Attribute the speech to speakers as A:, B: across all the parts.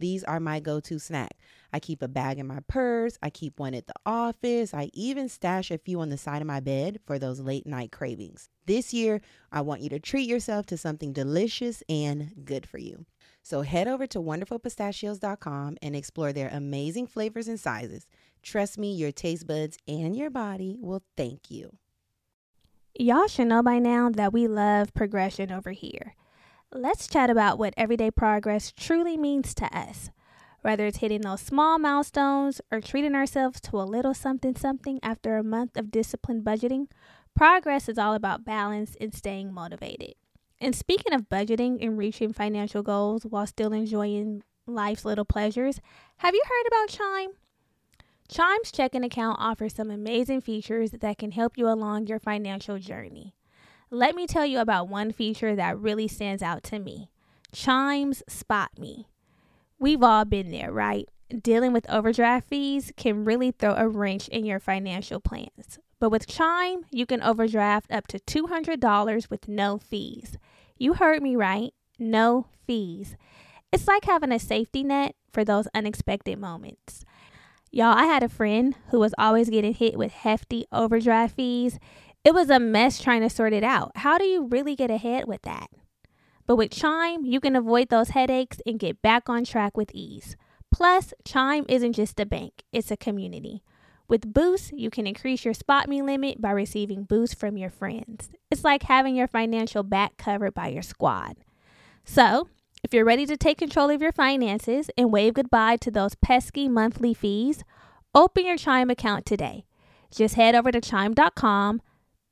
A: these are my go to snack. I keep a bag in my purse, I keep one at the office, I even stash a few on the side of my bed for those late night cravings. This year, I want you to treat yourself to something delicious and good for you. So head over to wonderfulpistachios.com and explore their amazing flavors and sizes. Trust me, your taste buds and your body will thank you.
B: Y'all should know by now that we love progression over here. Let's chat about what everyday progress truly means to us. Whether it's hitting those small milestones or treating ourselves to a little something something after a month of disciplined budgeting, progress is all about balance and staying motivated. And speaking of budgeting and reaching financial goals while still enjoying life's little pleasures, have you heard about Chime? Chime's checking account offers some amazing features that can help you along your financial journey. Let me tell you about one feature that really stands out to me Chime's Spot Me. We've all been there, right? Dealing with overdraft fees can really throw a wrench in your financial plans. But with Chime, you can overdraft up to $200 with no fees. You heard me right. No fees. It's like having a safety net for those unexpected moments. Y'all, I had a friend who was always getting hit with hefty overdraft fees. It was a mess trying to sort it out. How do you really get ahead with that? But with Chime, you can avoid those headaches and get back on track with ease. Plus, Chime isn't just a bank, it's a community. With Boost, you can increase your spot me limit by receiving boosts from your friends. It's like having your financial back covered by your squad. So, if you're ready to take control of your finances and wave goodbye to those pesky monthly fees, open your Chime account today. Just head over to chime.com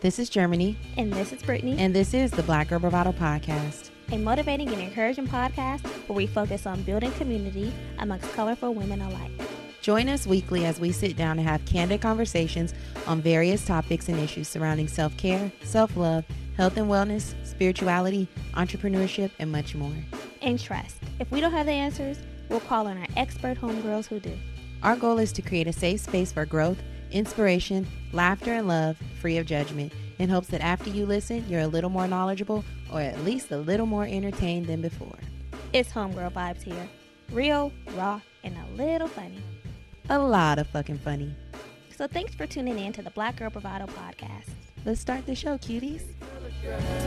A: This is Germany,
B: And this is Brittany.
A: and this is the Black Girl Bravado Podcast.
B: a motivating and encouraging podcast where we focus on building community amongst colorful women alike.
A: Join us weekly as we sit down and have candid conversations on various topics and issues surrounding self care, self love, health and wellness, spirituality, entrepreneurship, and much more.
B: And trust, if we don't have the answers, we'll call on our expert homegirls who do.
A: Our goal is to create a safe space for growth, inspiration, laughter, and love, free of judgment, in hopes that after you listen, you're a little more knowledgeable or at least a little more entertained than before.
B: It's homegirl vibes here. Real, raw, and a little funny.
A: A lot of fucking funny.
B: So thanks for tuning in to the Black Girl Bravado podcast.
A: Let's start the show, cuties.
C: Say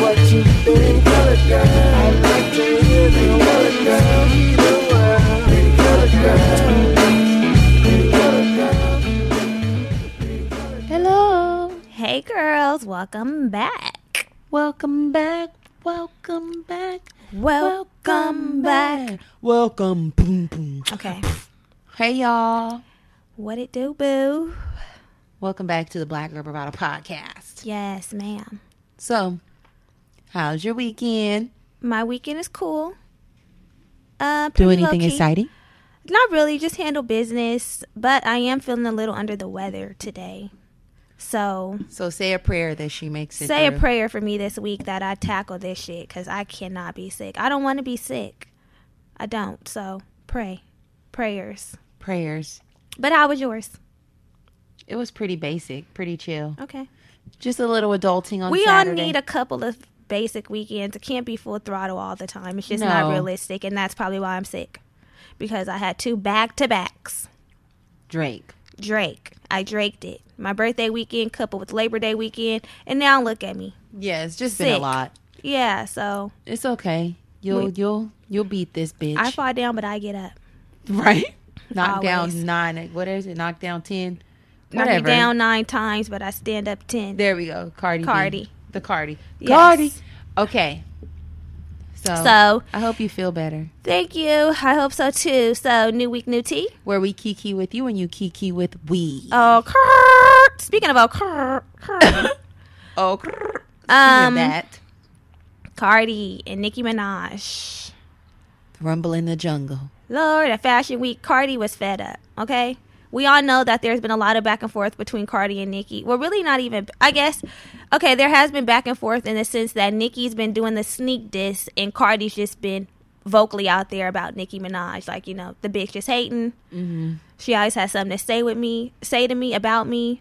C: what you think, color girl. I like to hear the color girl. The world, pretty color girl. Pretty color girl.
B: Hello. Hey, girls. Welcome back.
A: Welcome back. Welcome back.
B: Welcome,
A: Welcome. Boom, boom.
B: Okay.
A: Hey, y'all.
B: What it do, boo?
A: Welcome back to the Black Girl Bravado podcast.
B: Yes, ma'am.
A: So, how's your weekend?
B: My weekend is cool. Uh,
A: Do
B: pretty
A: anything
B: low-key.
A: exciting?
B: Not really, just handle business, but I am feeling a little under the weather today. So
A: So say a prayer that she makes it.
B: say a
A: through.
B: prayer for me this week that I tackle this shit because I cannot be sick. I don't want to be sick. I don't. So pray. Prayers.
A: Prayers.
B: But how was yours?
A: It was pretty basic, pretty chill.
B: Okay.
A: Just a little adulting on
B: we
A: Saturday.
B: all need a couple of basic weekends. It can't be full throttle all the time. It's just
A: No.
B: not realistic. And that's probably why I'm sick because I had two back to backs.
A: Drake.
B: Drake. I draked it. My birthday weekend coupled with Labor Day weekend. And now look at me.
A: Yeah, it's just been a
B: Sick.
A: lot.
B: Yeah. So
A: It's okay. You'll
B: Wait.
A: you'll you'll beat this bitch.
B: I fall down, but I get up.
A: right? Knock
B: Always.
A: down nine. What is it? Knock down ten.
B: Knock me
A: Whatever.
B: down nine times, but I stand up ten.
A: There we go. Cardi. B.
B: Cardi.
A: The Cardi.
B: Yes.
A: Cardi. Okay. So,
B: So
A: I hope you feel better.
B: thank you. I hope so too. So new week, new tea.
A: Where we kiki with you and you kiki with we.
B: Oh, crrrt. speaking about crrrt, crrrt.
A: oh. crrr. Speaking
B: Um,
A: of that.
B: Cardi and Nicki Minaj.
A: Rumble in the jungle.
B: Lord, at Fashion Week, Cardi was fed up. Okay, we all know that there's been a lot of back and forth between Cardi and Nicki. Well, really, not even. I guess. Okay, there has been back and forth in the sense that Nicki's been doing the sneak diss, and Cardi's just been vocally out there about Nicki Minaj, like you know, the bitch is hating.
A: Mm-hmm.
B: She always has something to say with me, say to me about me.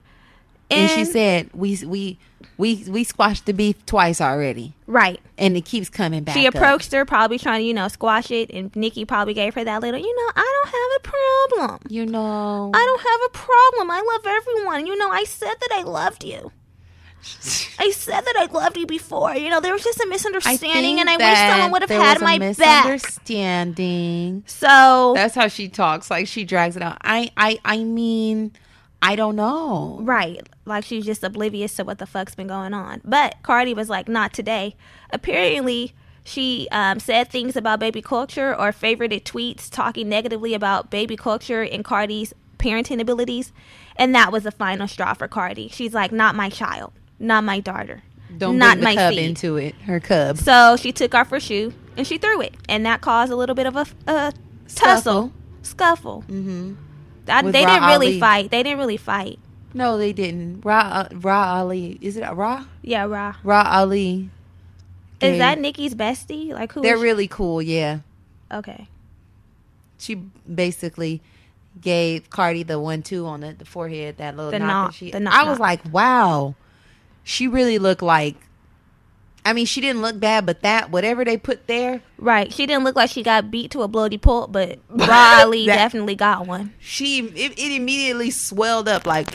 A: And, she said, "We we we we squashed the beef twice already,
B: right.
A: and it keeps coming back."
B: She
A: up."
B: approached her, probably trying to, you know, squash it, and Nikki probably gave her that little, you know, I don't have a problem.
A: You know.
B: I don't have a problem. I love everyone. You know, I said that I loved you. I said that I loved you before. You know, there was just a misunderstanding,
A: think
B: and I wish
A: that
B: someone would have
A: there
B: had
A: was a
B: my back.
A: Misunderstanding.
B: So,
A: That's how she talks. Like she drags it out. I I I mean, I don't know.
B: right. Like, she's just oblivious to what the fuck's been going on. But Cardi was like, not today. Apparently, she um, said things about baby culture or favorited tweets talking negatively about baby culture and Cardi's parenting abilities. And that was the final straw for Cardi. She's like, not my child, not my daughter.
A: Don't
B: not
A: bring the
B: my
A: cub
B: seed.
A: into it. Her cub.
B: So she took off her shoe and she threw it, and that caused a little bit of a, a tussle, scuffle.
A: Mm-hmm.
B: I,
A: With
B: they
A: Ra
B: didn't really
A: Ali.
B: fight. They didn't really fight.
A: No, they didn't. Ra uh, Ra Ali. Is it Ra
B: Yeah, Ra.
A: Ra Ali?
B: Is
A: Gave-
B: that Nikki's bestie? Like who?
A: They're
B: is-
A: really cool. Yeah.
B: okay.
A: She basically gave Cardi the one two on the, the forehead. That little
B: The
A: knock.
B: knock,
A: that she,
B: the knock,
A: I was
B: knock.
A: like, wow. She really looked like. I mean, she didn't look bad, but that whatever they put there,
B: Right. She didn't look like she got beat to a bloody pulp, but Ra Ali
A: That-
B: definitely got one.
A: she it, it immediately swelled up like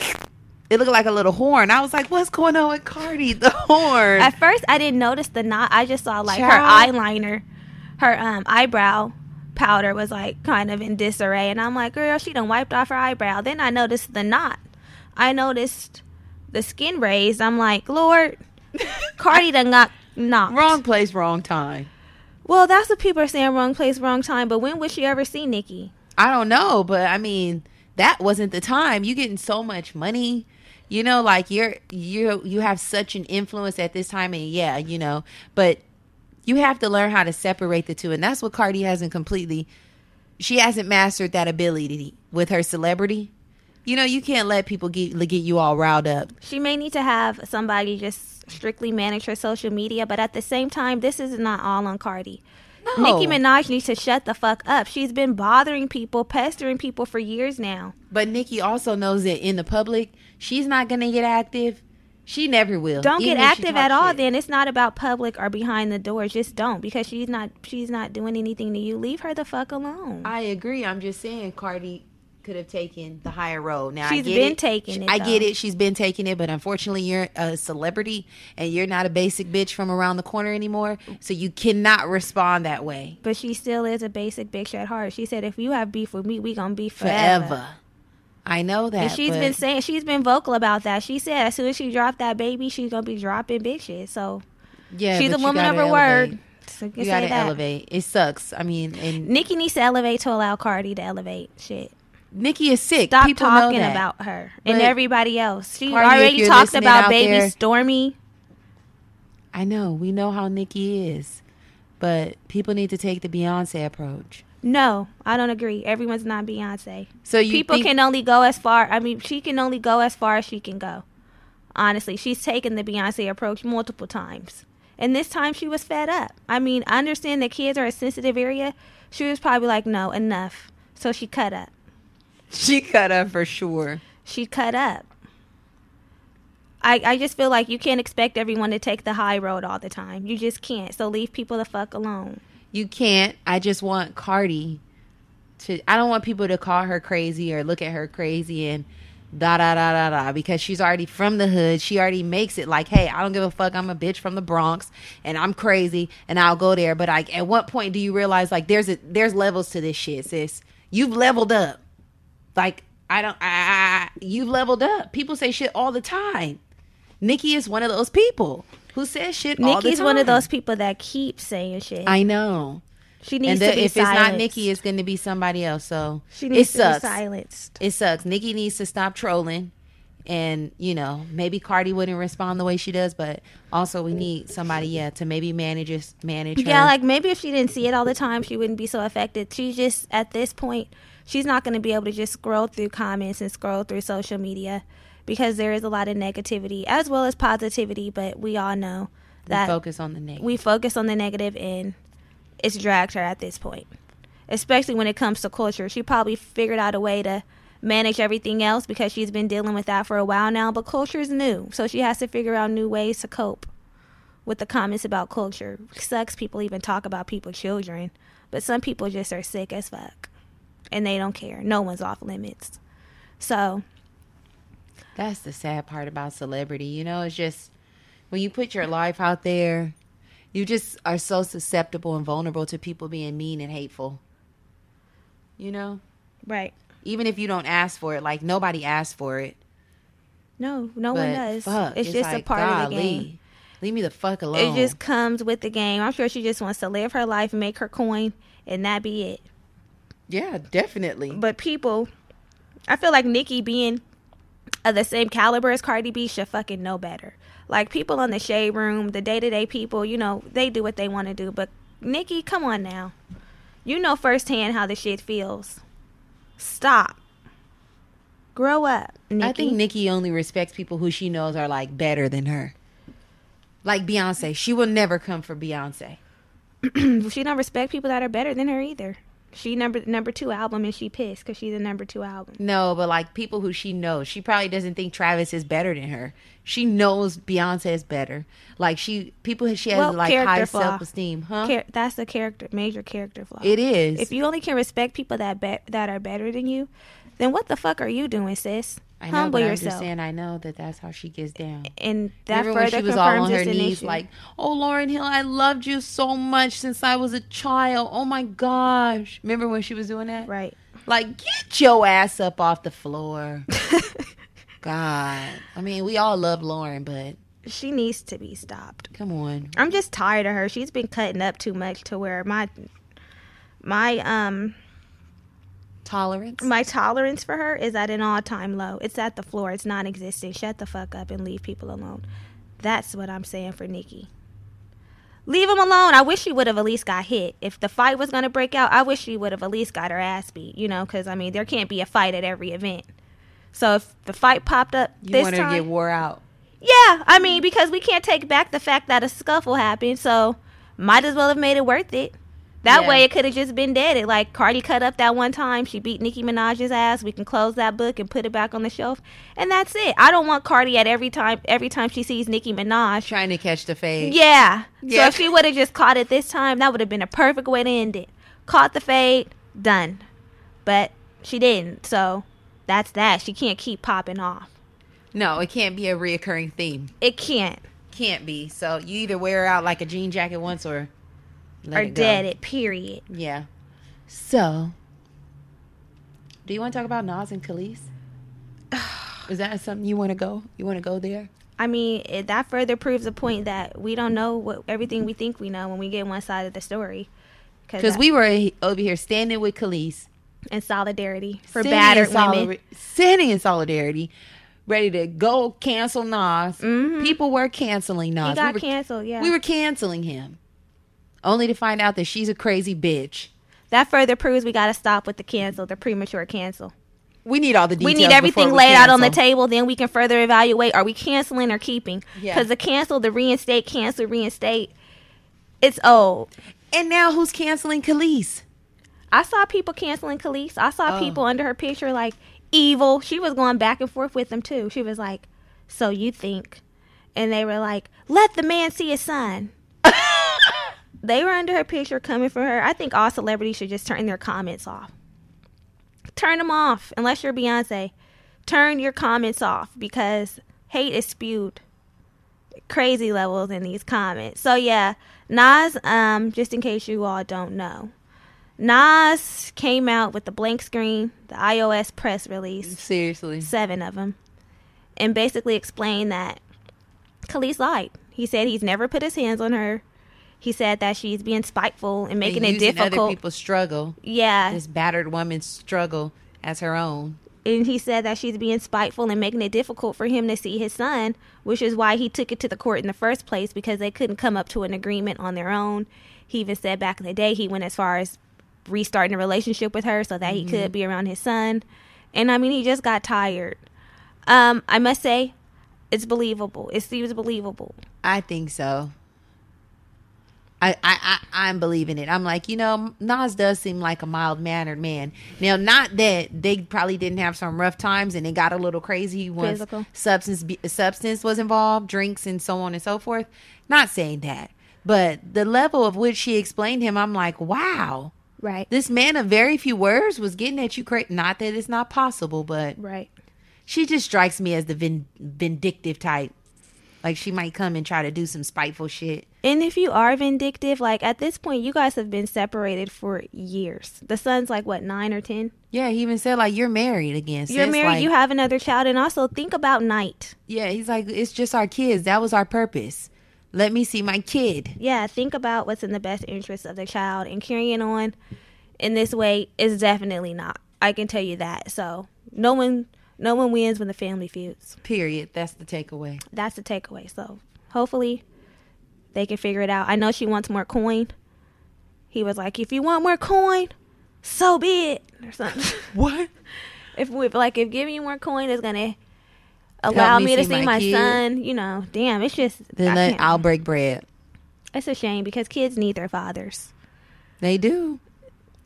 A: it looked like a little horn. I was like, "What's going on with Cardi? The horn?"
B: At first, I didn't notice the knot. I just saw like
A: Child.
B: her eyeliner, her um eyebrow powder was like kind of in disarray, and I'm like, girl, she done wiped off her eyebrow. Then I noticed the knot. I noticed the skin raised. I'm like, Lord, Cardi done got knocked.
A: wrong place, wrong time.
B: Well, that's what people are saying. Wrong place, wrong time. But when would she ever see Nikki?
A: I don't know, but I mean, that wasn't the time. You getting so much money. You know, like you're you you have such an influence at this time and yeah, you know, but you have to learn how to separate the two and that's what Cardi hasn't completely she hasn't mastered that ability with her celebrity. You know, you can't let people get get you all riled up.
B: She may need to have somebody just strictly manage her social media, but at the same time, this is not all on Cardi. Nicki
A: No.
B: Minaj needs to shut the fuck up. She's been bothering people, pestering people for years now.
A: But Nikki also knows that in the public, she's not gonna get active. She never will.
B: Don't
A: even
B: get
A: if she
B: active at
A: talks
B: all.
A: shit.
B: Then it's not about public or behind the doors. Just don't because she's not she's not doing anything to you. Leave her the fuck alone.
A: I agree. I'm just saying Cardi could have taken the higher road. Now
B: She's
A: I get
B: been
A: it.
B: taking it,
A: I get
B: though.
A: it. She's been taking it, but unfortunately, you're a celebrity and you're not a basic bitch from around the corner anymore. So you cannot respond that way
B: but she still is a basic bitch at heart. She said, "If you have beef with me, we gonna be
A: forever.
B: forever."
A: I know that.
B: And she's
A: but
B: been saying she's been vocal about that. She said as soon as she dropped that baby, she's gonna be dropping bitches. So
A: yeah,
B: she's a
A: but you
B: woman of her
A: gotta elevate.
B: word. So you
A: You
B: can say
A: gotta
B: that.
A: elevate. It sucks. I mean, and
B: Nikki needs to elevate to allow Cardi to elevate. Shit.
A: Nikki is sick.
B: Stop
A: People know
B: talking
A: that.
B: about her and
A: But-
B: everybody else. She
A: Cardi, if
B: already
A: you're
B: talked
A: listening
B: about
A: out
B: baby
A: there-
B: Stormy.
A: I know. We know how Nikki is, but people need to take the Beyonce approach.
B: No, I don't agree. Everyone's not Beyonce.
A: So you
B: People
A: think-
B: can only go as far. I mean, she can only go as far as she can go. Honestly, she's taken the Beyonce approach multiple times. And this time she was fed up. I mean, I understand that kids are a sensitive area. She was probably like, no, enough. So she cut up.
A: she cut up for sure.
B: She cut up. I, I just feel like you can't expect everyone to take the high road all the time. You just can't. So leave people the fuck alone.
A: You can't. I just want Cardi to. I don't want people to call her crazy or look at her crazy and da da da da da because she's already from the hood. She already makes it like, hey, I don't give a fuck. I'm a bitch from the Bronx and I'm crazy and I'll go there. But like, at what point do you realize like there's a there's levels to this shit, sis? You've leveled up. Like I don't. I, I you've leveled up. People say shit all the time. Nikki is one of those people who says shit. all the
B: Nikki's one of
A: time.
B: those people that keep saying shit.
A: I know
B: she needs
A: and
B: to be
A: if
B: silenced.
A: it's not Nikki, it's going to be somebody else. So
B: she needs
A: it
B: to
A: sucks.
B: be silenced.
A: It sucks. Nikki needs to stop trolling, and you know maybe Cardi wouldn't respond the way she does, but also we need somebody, yeah, to maybe manage us- manage her.
B: Yeah, like maybe if she didn't see it all the time, she wouldn't be so affected. She's just at this point, she's not going to be able to just scroll through comments and scroll through social media because there is a lot of negativity as well as positivity. But we all know
A: and
B: that
A: focus on the negative.
B: we focus on the negative and it's dragged her at this point, especially when it comes to culture. She probably figured out a way to manage everything else because she's been dealing with that for a while now. But culture's new, so she has to figure out new ways to cope with the comments about culture. Sucks people even talk about people children, but some people just are sick as fuck and they don't care. No one's off limits. So
A: That's the sad part about celebrity. You know, it's just when you put your life out there, you just are so susceptible and vulnerable to people being mean and hateful. You know,
B: right.
A: even if you don't ask for it, like nobody asked for it.
B: No, no
A: but
B: one Oh, does.
A: Fuck,
B: it's, just a
A: like,
B: part of
A: golly,
B: the game.
A: Leave me the fuck alone.
B: It just comes with the game. I'm sure she just wants to live her life, make her coin, and that be it.
A: yeah, definitely.
B: But people, I feel like Nikki being of the same caliber as Cardi B should fucking know better. Like people on the shade room, the day to day people, you know, they do what they want to do. But Nikki, come on now. You know firsthand how the shit feels. Stop. Grow up, Nikki.
A: I think Nikki only respects people who she knows are like better than her. Like Beyonce, she will never come for Beyonce.
B: she don't respect people that are better than her either. She number number two album and she pissed because she's a number two album.
A: No, but like people who she knows, she probably doesn't think Travis is better than her. She knows Beyonce is better. Like she, people she has
B: Well,
A: like
B: character
A: high
B: flaw.
A: self esteem, huh?
B: Char- that's a character, major character flaw.
A: it is.
B: If you only can respect people that be- that are better than you, then what the fuck are you doing, sis?
A: I know,
B: Humble
A: but I'm just
B: yourself,
A: saying, I know that that's how she gets down.
B: and that
A: Remember when
B: further
A: she was all
B: confirms
A: on her
B: it's an
A: knees,
B: issue.
A: like, "Oh, Lauren Hill, I loved you so much since I was a child. Oh my gosh!" Remember when she was doing that?
B: right.
A: Like, get your ass up off the floor. God, I mean, we all love Lauren, but
B: she needs to be stopped.
A: come on,
B: I'm just tired of her. She's been cutting up too much to where my my um
A: tolerance.
B: my tolerance for her is at an all time low. It's at the floor. It's non existent. Shut the fuck up and leave people alone. That's what I'm saying for Nikki. Leave him alone. I wish she would have at least got hit. If the fight was going to break out, I wish she would have at least got her ass beat, you know, because I mean, there can't be a fight at every event. So if the fight popped up
A: You
B: this
A: want her to
B: time,
A: get wore out.
B: yeah, I mean, because we can't take back the fact that a scuffle happened, so might as well have made it worth it. That
A: Yeah.
B: way, it could have just been dead. It like Cardi cut up that one time. She beat Nicki Minaj's ass. We can close that book and put it back on the shelf, and that's it. I don't want Cardi at every time. Every time she sees Nicki Minaj,
A: Trying to catch the fade.
B: yeah. So
A: Yeah.
B: if she would have just caught it this time, that would have been a perfect way to end it. Caught the fade, done. But she didn't. So that's that. She can't keep popping off.
A: No, it can't be a reoccurring theme.
B: It can't.
A: Can't be. So you either wear her out like a jean jacket once, or let
B: Or
A: it go.
B: dead it. Period.
A: Yeah. So, do you want to talk about Nas and Khalees? Is that something you want to go? You want to go there?
B: I mean, it, that further proves the point that we don't know what everything we think we know when we get one side of the story.
A: Because we were over here standing with Khalees
B: in solidarity for
A: standing
B: battered
A: in solidar-
B: women.
A: standing in solidarity, ready to go cancel Nas.
B: Mhm.
A: People were canceling Nas.
B: He
A: we,
B: got
A: were,
B: canceled. Yeah,
A: we were canceling him, only to find out that she's a crazy bitch.
B: That further proves we got to stop with the cancel, the premature cancel.
A: We need all the details.
B: we need everything
A: before we
B: laid out on the
A: cancel.
B: table. Then we can further evaluate: are we canceling or keeping? Because
A: Yeah.
B: the cancel, the reinstate, cancel, reinstate, it's old.
A: And now who's canceling Khalees?
B: I saw people canceling Khalees. I saw
A: Oh.
B: people under her picture like evil. She was going back and forth with them too. She was like, "So you think?" And they were like, "Let the man see his son." they were under her picture coming for her. I think all celebrities should just turn their comments off. Turn them off unless you're Beyonce. Turn your comments off because hate is spewed crazy levels in these comments. So yeah, Nas um just in case you all don't know. Nas came out with the blank screen, the iOS press release,
A: Seriously.
B: seven of them, and basically explained that Khalees lied. He said he's never put his hands on her. He said that she's being spiteful and making
A: and
B: it
A: using Other
B: difficult.
A: people's struggle,
B: yeah,
A: this battered woman's struggle as her own.
B: and he said that she's being spiteful and making it difficult for him to see his son, which is why he took it to the court in the first place because they couldn't come up to an agreement on their own. He even said back in the day he went as far as restarting a relationship with her so that he could be around his son. And I mean, he just got tired. Um, I must say, it's believable. It seems believable.
A: I think so. I, I, I, I'm believing it. I'm like, you know, Nas does seem like a mild mannered man. Now, not that they probably didn't have some rough times and it got a little crazy once
B: Physical.
A: substance be- substance was involved, drinks and so on and so forth. Not saying that, but the level of which she explained him, I'm like, wow,
B: Right.
A: this man of very few words was getting at you. Cra- not that it's not possible, but
B: Right.
A: she just strikes me as the vin- vindictive type. Like she might come and try to do some spiteful shit.
B: And if you are vindictive, like at this point, you guys have been separated for years. The son's like, what, nine or 10?
A: Yeah, he even said like you're married again.
B: You're
A: sis."
B: married,
A: Like,
B: you have another child, and also think about night.
A: yeah, he's like it's just our kids. That was our purpose. Let me see my kid.
B: Yeah, think about what's in the best interest of the child, and carrying on in this way is definitely not. I can tell you that. So no one, no one wins when the family feuds.
A: Period. That's the takeaway.
B: That's the takeaway. So hopefully, they can figure it out. I know she wants more coin. He was like, "If you want more coin, so be it," or something.
A: What?
B: if we like if giving you more coin is gonna allow
A: me
B: me, to
A: see
B: see
A: my
B: my,
A: kid.
B: son, you know, damn, it's just I
A: Then let,
B: can't-
A: I'll break bread.
B: it's a shame because kids need their fathers,
A: They do.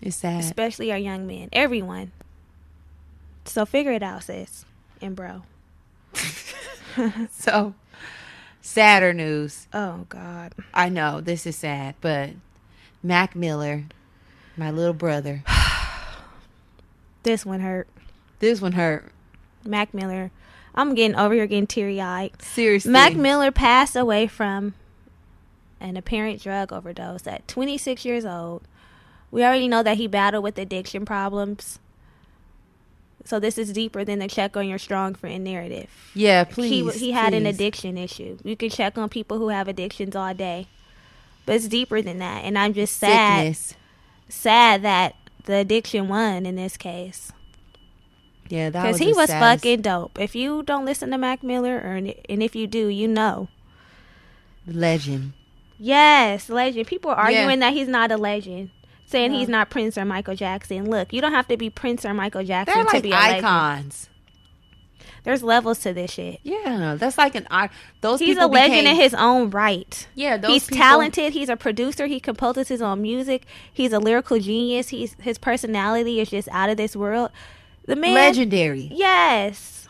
A: It's sad.
B: especially our young men, everyone. So figure it out, sis and bro.
A: So sadder news.
B: Oh God,
A: I know this is sad, but Mac Miller, my little brother.
B: this one hurt.
A: This one hurt.
B: Mac Miller, I'm getting over here getting teary eyed.
A: Seriously.
B: Mac Miller passed away from an apparent drug overdose at 26 years old. We already know that he battled with addiction problems. So this is deeper than the check on your strong friend narrative.
A: Yeah, please.
B: he w- he had an
A: please.
B: addiction issue. You can check on people who have addictions all day. But it's deeper than that, and I'm just sad
A: Sickness.
B: sad that the addiction won in this case.
A: Yeah, that
B: Because
A: was
B: he
A: the
B: was
A: saddest-
B: fucking dope. If you don't listen to Mac Miller, or and if you do, you know.
A: legend.
B: Yes, legend. People are
A: Yeah.
B: arguing that he's not a legend, saying he's not Prince or Michael Jackson. Look, you don't have to be Prince or Michael Jackson
A: They're
B: to
A: like
B: be a legend.
A: icons.
B: There's levels to this shit.
A: Yeah, that's like an art. Those
B: He's
A: people
B: a legend
A: became,
B: in his own right.
A: Yeah, those
B: he's
A: people-
B: talented. He's a producer. He composes his own music. He's a lyrical genius. He's his personality is just out of this world. The man,
A: legendary.
B: Yes,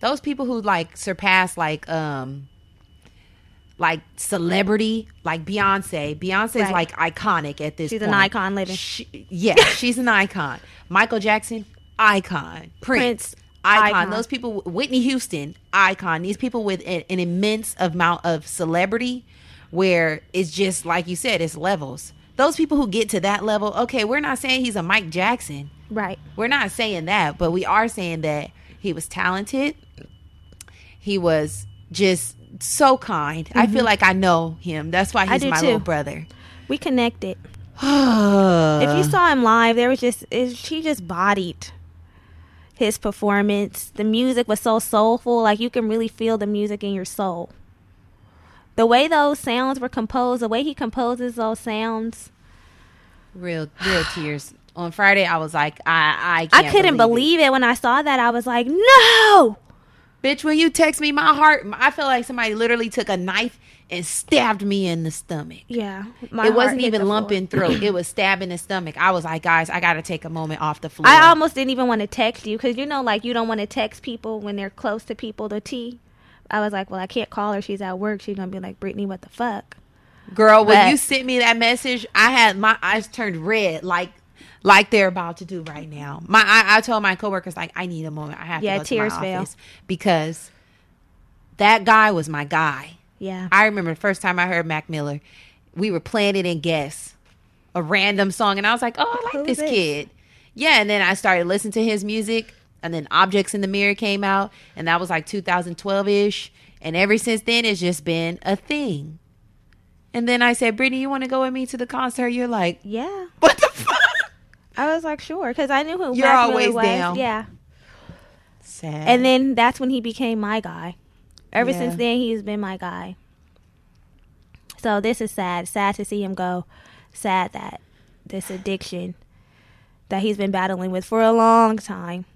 A: Those people who like surpass like um like celebrity, like Beyonce. Beyonce's
B: Right.
A: like iconic at this.
B: she's
A: point.
B: an icon living.
A: She, yeah, she's an icon. Michael Jackson, icon. Prince,
B: Prince,
A: icon.
B: icon.
A: Those people, Whitney Houston, icon. These people with an, an immense amount of celebrity, where it's just like you said, it's levels. Those people who get to that level, okay, we're not saying he's a Mike Jackson.
B: right.
A: We're not saying that, but we are saying that he was talented. He was just so kind. I feel like I know him. That's why he's
B: Mm-hmm. do
A: my little
B: too.
A: brother.
B: We connected.
A: if
B: if
A: Uh.
B: you saw him live, there was just it, she just bodied his performance. The music was so soulful, like you can really feel the music in your soul. The way those sounds were composed, the way he composes those sounds,
A: Real, real tears. On Friday, I was like, I, I,
B: I
A: can't
B: couldn't
A: believe.
B: believe it. when I saw that. I was like, no.
A: it. Bitch, when you text me, my heart, I feel like somebody literally took a knife and stabbed me in the stomach.
B: Yeah, my
A: it
B: heart
A: wasn't
B: hit the
A: even
B: floor.
A: lump in throat. It was stab in the stomach. I was like, guys, I gotta take a moment off the floor.
B: I almost didn't even want to text you because you know, like you don't want to text people when they're close to people to tea. I was like, well, I can't call her. She's at work. She's gonna be like, Brittany, what the fuck?
A: Girl, when
B: But-
A: you sent me that message, I had my eyes turned red, like like they're about to do right now. My I, I told my coworkers like I need a moment. I have
B: Yeah,
A: to go
B: tears
A: to my
B: fell.
A: office because that guy was my guy.
B: Yeah,
A: I remember the first time I heard Mac Miller, we were playing it in Guess, a random song, and I was like, oh, I
B: Who
A: like this
B: this?
A: kid. Yeah, and then I started listening to his music, and then Objects in the Mirror came out, and that was like 2012 ish. And ever since then, it's just been a thing. And then I said, Brittany, you want to go with me to the concert? You're like,
B: yeah.
A: what the fuck?
B: I was like, sure, because I knew who
A: You're
B: Mac Miller
A: always
B: was.
A: down.
B: Yeah,
A: Sad.
B: and then that's when he became my guy. Ever
A: Yeah.
B: since then, he's been my guy. So this is sad. Sad to see him go. Sad that this addiction that he's been battling with for a long time.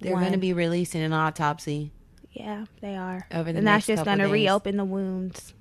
A: they're
B: one.
A: going to be releasing an autopsy.
B: Yeah, they are.
A: Over the
B: and
A: next
B: that's just
A: couple
B: gonna
A: days.
B: reopen the wounds.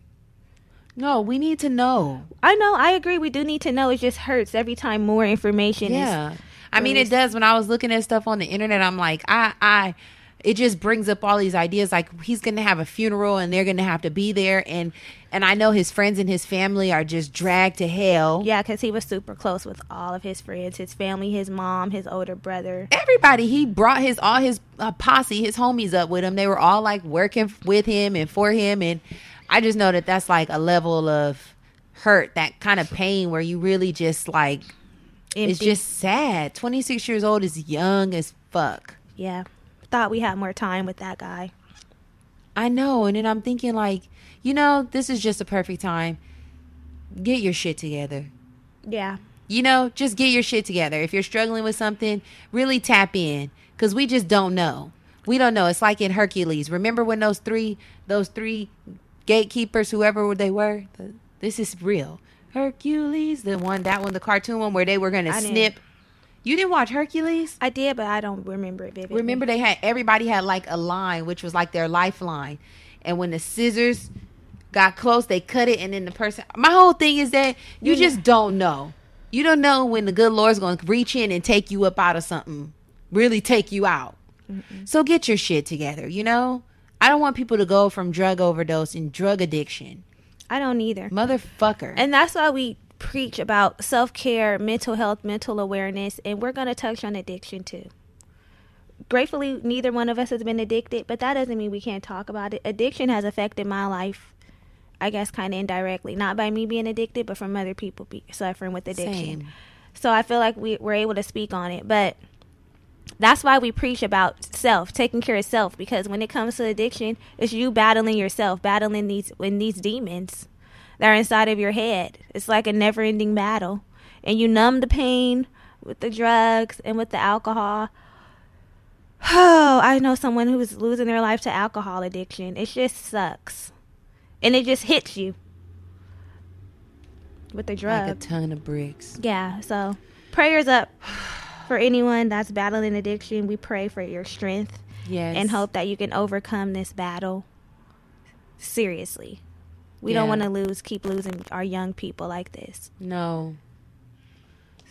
A: No, we need to know.
B: I know, I agree. We do need to know. It just hurts every time more information is.
A: Yeah. I mean, it does. When I was looking at stuff on the internet, I'm like, I, I, it just brings up all these ideas. Like he's going to have a funeral and they're going to have to be there. And, and I know his friends and his family are just dragged to hell.
B: Yeah, because he was super close with all of his friends, his family, his mom, his older brother.
A: Everybody, he brought his, all his uh, posse, his homies up with him. They were all like working f- with him and for him. And I just know that that's like a level of hurt, that kind of pain where you really just like, it's
B: Empty.
A: just sad. 26 years old is young as fuck.
B: yeah. Thought we had more time with that guy.
A: I know. And then I'm thinking, like, you know, this is just a perfect time. Get your shit together.
B: Yeah.
A: You know, just get your shit together. If you're struggling with something, really tap in because we just don't know. We don't know. It's like in Hercules. Remember when those three, those three gatekeepers, whoever they were, the, this is real. Hercules, the one, that one, the cartoon one where they were going to
B: I didn't.
A: snip. You didn't watch Hercules?
B: I did, but I don't remember it vividly.
A: Remember they had everybody had like a line which was like their lifeline. And when the scissors got close, they cut it and then the person my whole thing is that you just don't know. You don't know when the good Lord's gonna reach in and take you up out of something. Really take you out. So get your shit together, you know? I don't want people to go from drug overdose and drug addiction.
B: I don't either.
A: Motherfucker.
B: And that's why we preach about self care, mental health, mental awareness, and we're going to touch on addiction too. Gratefully, neither one of us has been addicted, but that doesn't mean we can't talk about it. Addiction has affected my life, I guess, kind of indirectly, not by me being addicted, but from other people be- suffering with addiction.
A: Same.
B: So I feel like we, we're able to speak on it, but that's why we preach about self, taking care of self, because when it comes to addiction, it's you battling yourself, battling these when these demons that are inside of your head. It's like a never ending battle. And you numb the pain with the drugs and with the alcohol. Oh, I know someone who's losing their life to alcohol addiction. It just sucks. And it just hits you with the drug.
A: like a ton of bricks.
B: Yeah, so prayers up for anyone that's battling addiction. We pray for your strength
A: Yes.
B: and hope that you can overcome this battle. Seriously. We don't
A: Yeah.
B: want to lose, keep losing our young people like this.
A: No.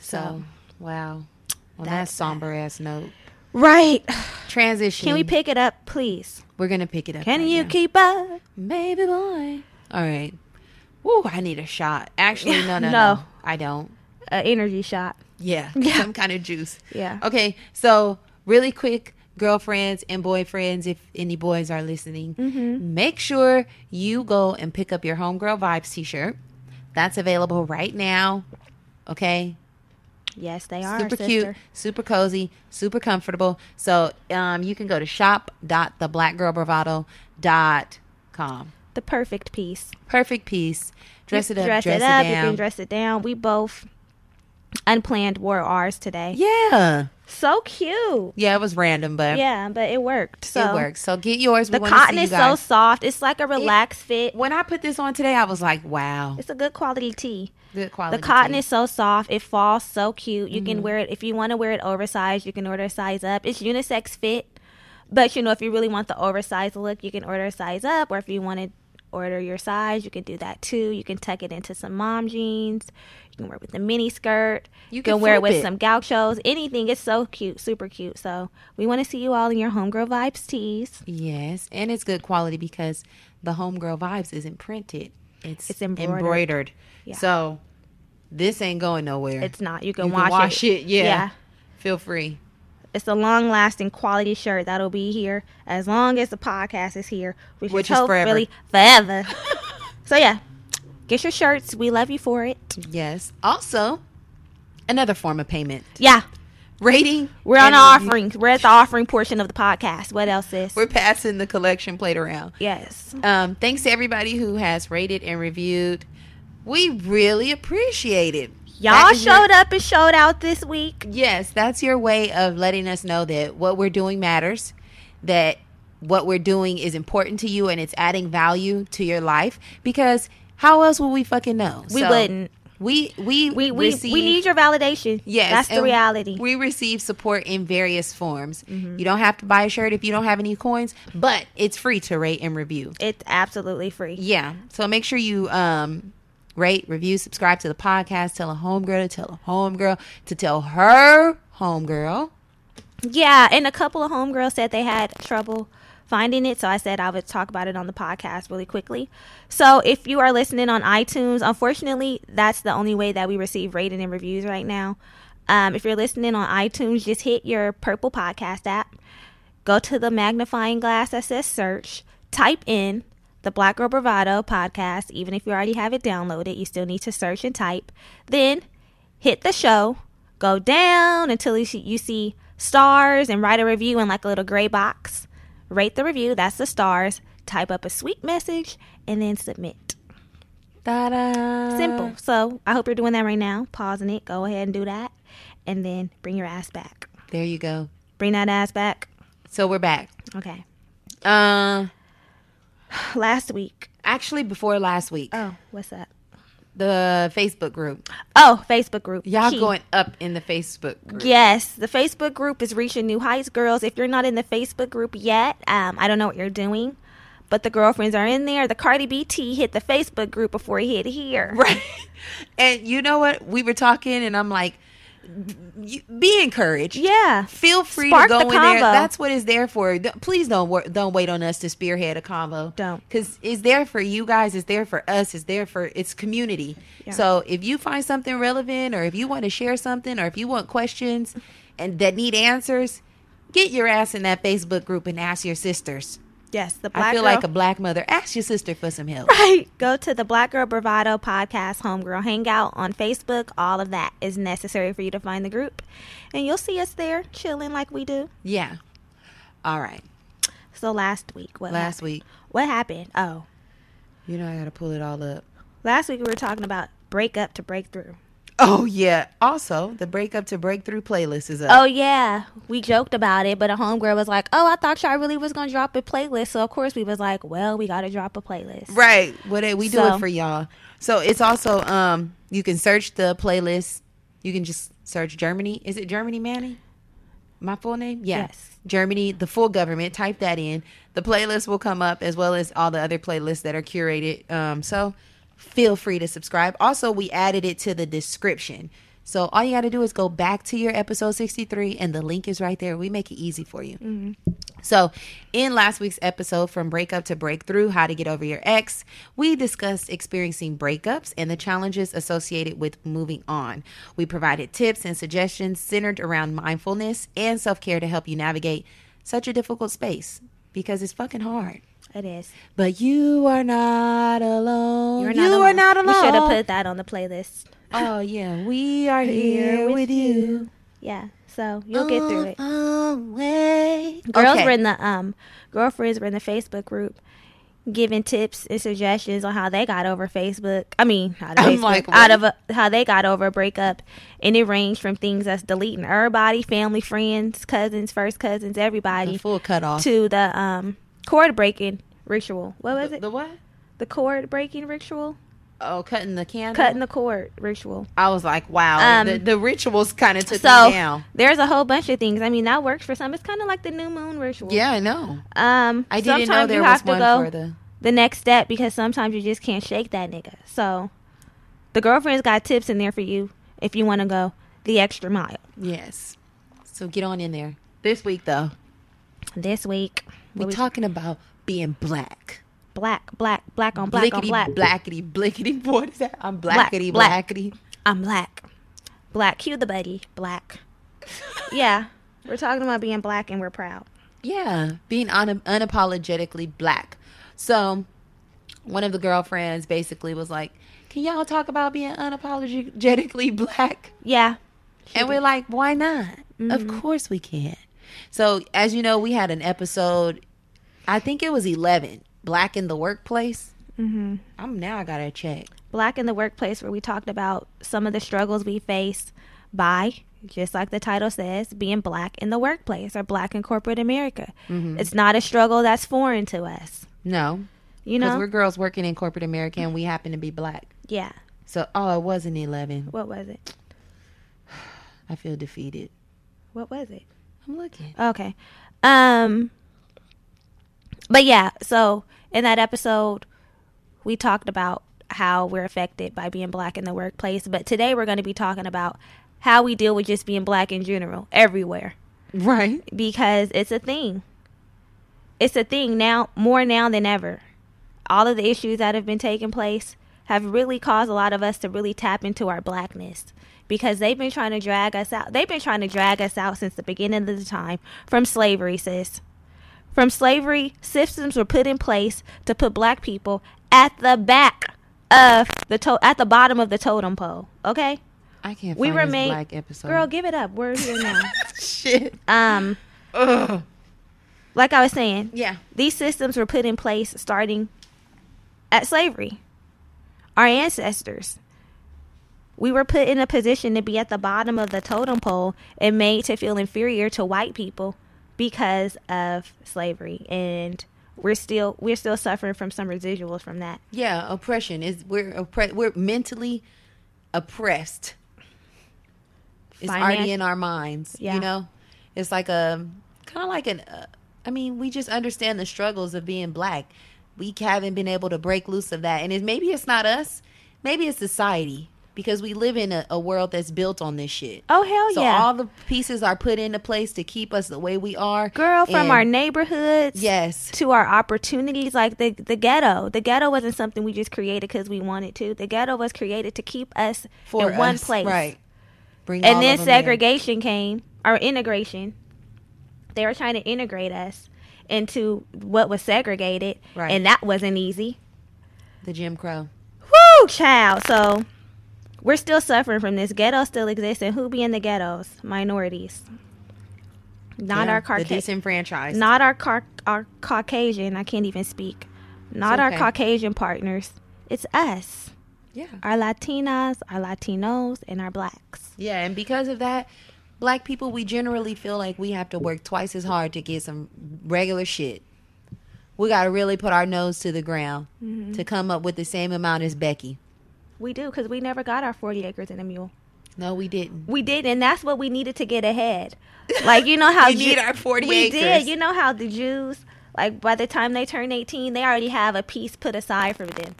A: So,
B: So,
A: wow. On that
B: that's
A: somber ass note.
B: Right.
A: Transition.
B: Can we pick it up, please?
A: We're gonna pick it up.
B: Can
A: right
B: you
A: now.
B: keep up?
A: baby boy? All right. Woo! I need a shot. Actually, no, no, no.
B: No.
A: I don't.
B: An energy shot.
A: Yeah, some kind of juice.
B: Yeah.
A: Okay, so really quick, girlfriends and boyfriends, if any boys are listening, make sure you go and pick up your homegirl vibes T-shirt. That's available right now. Okay,
B: Yes, they are.
A: super
B: sister.
A: cute, super cozy, super comfortable. So um, you can go to shop.theblackgirlbravado.com.
B: The perfect piece.
A: Perfect piece. Dress it up,
B: dress,
A: dress
B: it up.
A: it
B: You
A: down.
B: can dress it down. We both unplanned wore ours today.
A: yeah.
B: So cute.
A: Yeah, it was random, but
B: Yeah, but it worked. So
A: it works. So get yours. We
B: The
A: wanna see
B: cotton
A: you
B: is so
A: guys.
B: soft. It's like a relaxed fit.
A: When I put this on today, I was like, wow,
B: It's a good quality tee.
A: good quality.
B: The cotton
A: tee. Mm-hmm.
B: is so soft. It falls so cute. You can wear it if you want to wear it oversized. You can order a size up. It's unisex fit, but you know if you really want the oversized look, you can order a size up. Or if you want to order your size, you can do that too. You can tuck it into some mom jeans. You can wear it with a mini skirt.
A: You
B: You can,
A: can
B: wear it
A: flip
B: with
A: it.
B: some gauchos. Anything. It's so cute, super cute. So we want to see you all in your homegirl vibes tees.
A: Yes, and it's good quality because the homegirl vibes isn't printed. It's
B: It's embroidered.
A: embroidered.
B: Yeah.
A: So this ain't going nowhere.
B: It's not. You
A: you
B: can,
A: can
B: wash,
A: wash it. Yeah.
B: yeah.
A: Feel free.
B: it's a long lasting quality shirt that'll be here as long as the podcast is here, which,
A: Which
B: is,
A: is
B: forever.
A: forever.
B: really forever. so yeah, get your shirts. We love you for it.
A: Yes. Also, another form of payment.
B: Yeah,
A: Rating.
B: we're on
A: and
B: the
A: review.
B: offering. We're at the offering portion of the podcast. What else is?
A: We're passing the collection plate around.
B: yes,
A: Um, thanks to everybody who has rated and reviewed. We really appreciate it.
B: y'all
A: That is your-
B: showed up and showed out this week.
A: Yes, that's your way of letting us know that what we're doing matters, that what we're doing is important to you and it's adding value to your life because how else would we fucking know?
B: We wouldn't.
A: We we
B: We we,
A: receive,
B: we need your validation.
A: Yes,
B: that's the
A: and
B: reality. Mm-hmm.
A: We receive support in various forms. You don't have to buy a shirt if you don't have any coins, but it's free to rate and review.
B: it's absolutely free.
A: Yeah. So make sure you um rate, review, subscribe to the podcast, tell a homegirl to tell a homegirl to tell her homegirl.
B: Yeah, and a couple of homegirls said they had trouble finding it, so I said I would talk about it on the podcast really quickly. So if you are listening on iTunes, unfortunately, that's the only way that we receive rating and reviews right now. Um, if you're listening on iTunes, just hit your purple podcast app, go to the magnifying glass that says search, type in the Black Girl Bravado podcast. Even if you already have it downloaded, you still need to search and type. Then hit the show, go down until you see, you see stars and write a review in like a little gray box. Rate the review, that's the stars. Type up a sweet message and then submit.
A: Ta-da.
B: Simple. So I hope you're doing that right now. Pausing it, go ahead and do that. And then bring your ass back.
A: There you go.
B: Bring that ass back.
A: So we're back.
B: Okay.
A: Uh,
B: Last week.
A: actually, before last week,
B: Oh, what's up?
A: the Facebook group.
B: Oh, Facebook group.
A: Y'all
B: She-
A: going up in the Facebook group.
B: Yes, the Facebook group is reaching new heights, girls. If you're not in the Facebook group yet, um, I don't know what you're doing, but the girlfriends are in there. The Cardi B T hit the Facebook group before he hit here.
A: Right. And you know what? We were talking, and I'm like, you- be encouraged.
B: Yeah,
A: Feel free
B: Spark
A: to go
B: the
A: in there.
B: convo.
A: That's what it's there for. Th- Please don't wor- don't wait on us to spearhead a convo.
B: Don't.
A: because it's there for you guys. It's there for us. It's there for it's community.
B: Yeah.
A: So if you find something relevant, or if you want to share something, or if you want questions and that need answers, get your ass in that Facebook group and ask your sisters.
B: yes, the black
A: I feel
B: girl.
A: like a black mother. Ask your sister for some help.
B: Right. Go to the Black Girl Bravado Podcast Homegirl Hangout on Facebook. All of that is necessary for you to find the group. And you'll see us there chilling like we do.
A: Yeah. All right.
B: So last week, what
A: Last
B: happened?
A: week,
B: What happened? Oh,
A: you know, I got to pull it all up.
B: last week we were talking about breakup to breakthrough.
A: Oh yeah. Also, the breakup to breakthrough playlist is up.
B: Oh yeah, we joked about it, but a homegirl was like, "Oh, I thought y'all really was gonna drop a playlist." So of course we was like, "Well, we gotta drop a playlist."
A: Right. What we do
B: So-
A: it for y'all. So it's also um you can search the playlist. You can just search Germany. Is it Germany Manny? My full name? Yeah.
B: Yes.
A: Germany, the full government. Type that in. The playlist will come up as well as all the other playlists that are curated. Um so feel free to subscribe. Also, we added it to the description. So all you got to do is go back to your episode 63 and the link is right there. We make it easy for you. So, in last week's episode, From Breakup to Breakthrough How to Get Over Your Ex, we discussed experiencing breakups and the challenges associated with moving on. We provided tips and suggestions centered around mindfulness and self care to help you navigate such a difficult space because it's fucking hard.
B: It is.
A: But you are not alone.
B: You're
A: You are not alone.
B: We should have put that on the playlist.
A: oh, yeah. We are here,
B: Here
A: with,
B: with
A: you.
B: Yeah, so you'll get through it.
A: Always.
B: Girls
A: Oh, Okay.
B: were in the um, girlfriends were in the Facebook group, giving tips and suggestions on how they got over Facebook. I mean, out of,
A: I'm
B: Facebook,
A: like,
B: out
A: what?
B: of a, how they got over a breakup, and it ranged from things that's deleting everybody, family, friends, cousins, first cousins,
A: The
B: everybody,
A: full cut off.
B: to the um cord breaking ritual. What was
A: the,
B: it?
A: the what?
B: The cord breaking ritual,
A: Oh, cutting the candle.
B: cutting the cord ritual.
A: I was like, wow.
B: Um,
A: the, the rituals kind of took me
B: So
A: down.
B: there's a whole bunch of things. I mean, that works for some. It's kind of like the new moon ritual.
A: Yeah, I know.
B: Um.
A: I didn't know
B: sometimes
A: there
B: you
A: was
B: have to
A: one
B: go.
A: for the.
B: the next step because sometimes you just can't shake that nigga. So the girlfriend's got tips in there for you if you want to go the extra mile.
A: Yes. So get on in there. This week, though,
B: This week
A: we're
B: we
A: talking about being black.
B: black, black, black on black on
A: Blickety,
B: black.
A: blackety, blickety. What is that? I'm
B: Black,
A: blackety,
B: black.
A: blackety.
B: I'm black, black. Cue the buddy, black. Yeah, we're talking about being black and we're proud.
A: Yeah, being un- unapologetically black. So, one of the girlfriends basically was like, "Can y'all talk about being unapologetically black?"
B: Yeah,
A: And we're like, "Why not? Of course we can." So, as you know, we had an episode. I think it was eleven. Black in the workplace.
B: Mhm.
A: I'm now. I gotta check.
B: black in the workplace where we talked about some of the struggles we face by just like the title says being black in the workplace or black in corporate america it's not a struggle that's foreign to us
A: No,
B: you
A: because
B: know
A: we're girls working in corporate America, and we happen to be black.
B: yeah
A: So, oh, it wasn't eleven.
B: what was it
A: I feel defeated.
B: what was it
A: I'm looking.
B: okay um but yeah so in that episode we talked about how we're affected by being black in the workplace but today we're going to be talking about how we deal with just being black in general everywhere
A: Right.
B: because it's a thing. It's a thing now, more now than ever. All of the issues that have been taking place have really caused a lot of us to really tap into our blackness because they've been trying to drag us out. They've been trying to drag us out since the beginning of the time from slavery, sis. From slavery, systems were put in place to put black people at the back of the to- at the bottom of the totem pole. Okay,
A: I can't.
B: we
A: find this
B: remain
A: black episode.
B: Girl, give it up. We're here now.
A: shit.
B: um,
A: Ugh.
B: like I was saying,
A: Yeah.
B: These systems were put in place starting at slavery. Our ancestors. We were put in a position to be at the bottom of the totem pole and made to feel inferior to white people because of slavery and we're still we're still suffering from some residuals from that.
A: Yeah. Oppression is we're oppre- we're mentally oppressed. It's already
B: Finan-
A: in our minds.
B: Yeah.
A: You know, it's like a kind of like an. Uh, I mean, we just understand the struggles of being black. We haven't been able to break loose of that, and it, maybe it's not us. Maybe it's society because we live in a, a world that's built on this shit.
B: Oh hell
A: so
B: yeah.
A: all the pieces are put into place to keep us the way we are,
B: Girl from
A: and-
B: our neighborhoods
A: yes,
B: to our opportunities like the the ghetto. The ghetto wasn't something we just created cuz we wanted to. The ghetto was created to keep us
A: for
B: in one
A: us,
B: place.
A: right? Bring all
B: and then
A: of 'em in.
B: segregation came or integration they were trying to integrate us into what was segregated
A: Right.
B: and that wasn't easy
A: the Jim Crow.
B: whoo child so we're still suffering from this ghetto still exists and who be in the ghettos minorities not
A: Yeah,
B: our
A: the
B: Caucasian,
A: disenfranchised.
B: not our car- our Caucasian. I can't even speak. Not
A: okay.
B: our Caucasian partners. It's us,
A: yeah,
B: our Latinas, our Latinos, and our blacks.
A: yeah, and because of that, black people we generally feel like we have to work twice as hard to get some regular shit. We got to really put our nose to the ground
B: Mm-hmm.
A: to come up with the same amount as Becky.
B: We do because we never got our forty acres and a mule.
A: No, we didn't.
B: We did, and that's what we needed to get ahead. Like you know how
A: We need our 40
B: We
A: acres.
B: did. You know how the Jews, like by the time they turn eighteen, they already have a piece put aside for them,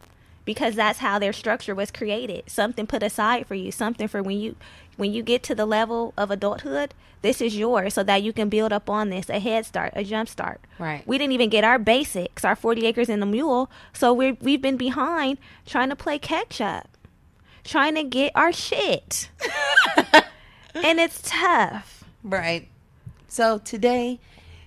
B: because that's how their structure was created. Something put aside for you. Something for when you, when you get to the level of adulthood, this is yours, so that you can build up on this. A head start, a jump start.
A: Right.
B: We didn't even get our basics, our forty acres and the mule. So we we've been behind trying to play catch up trying to get our shit. and it's tough.
A: Right. So today,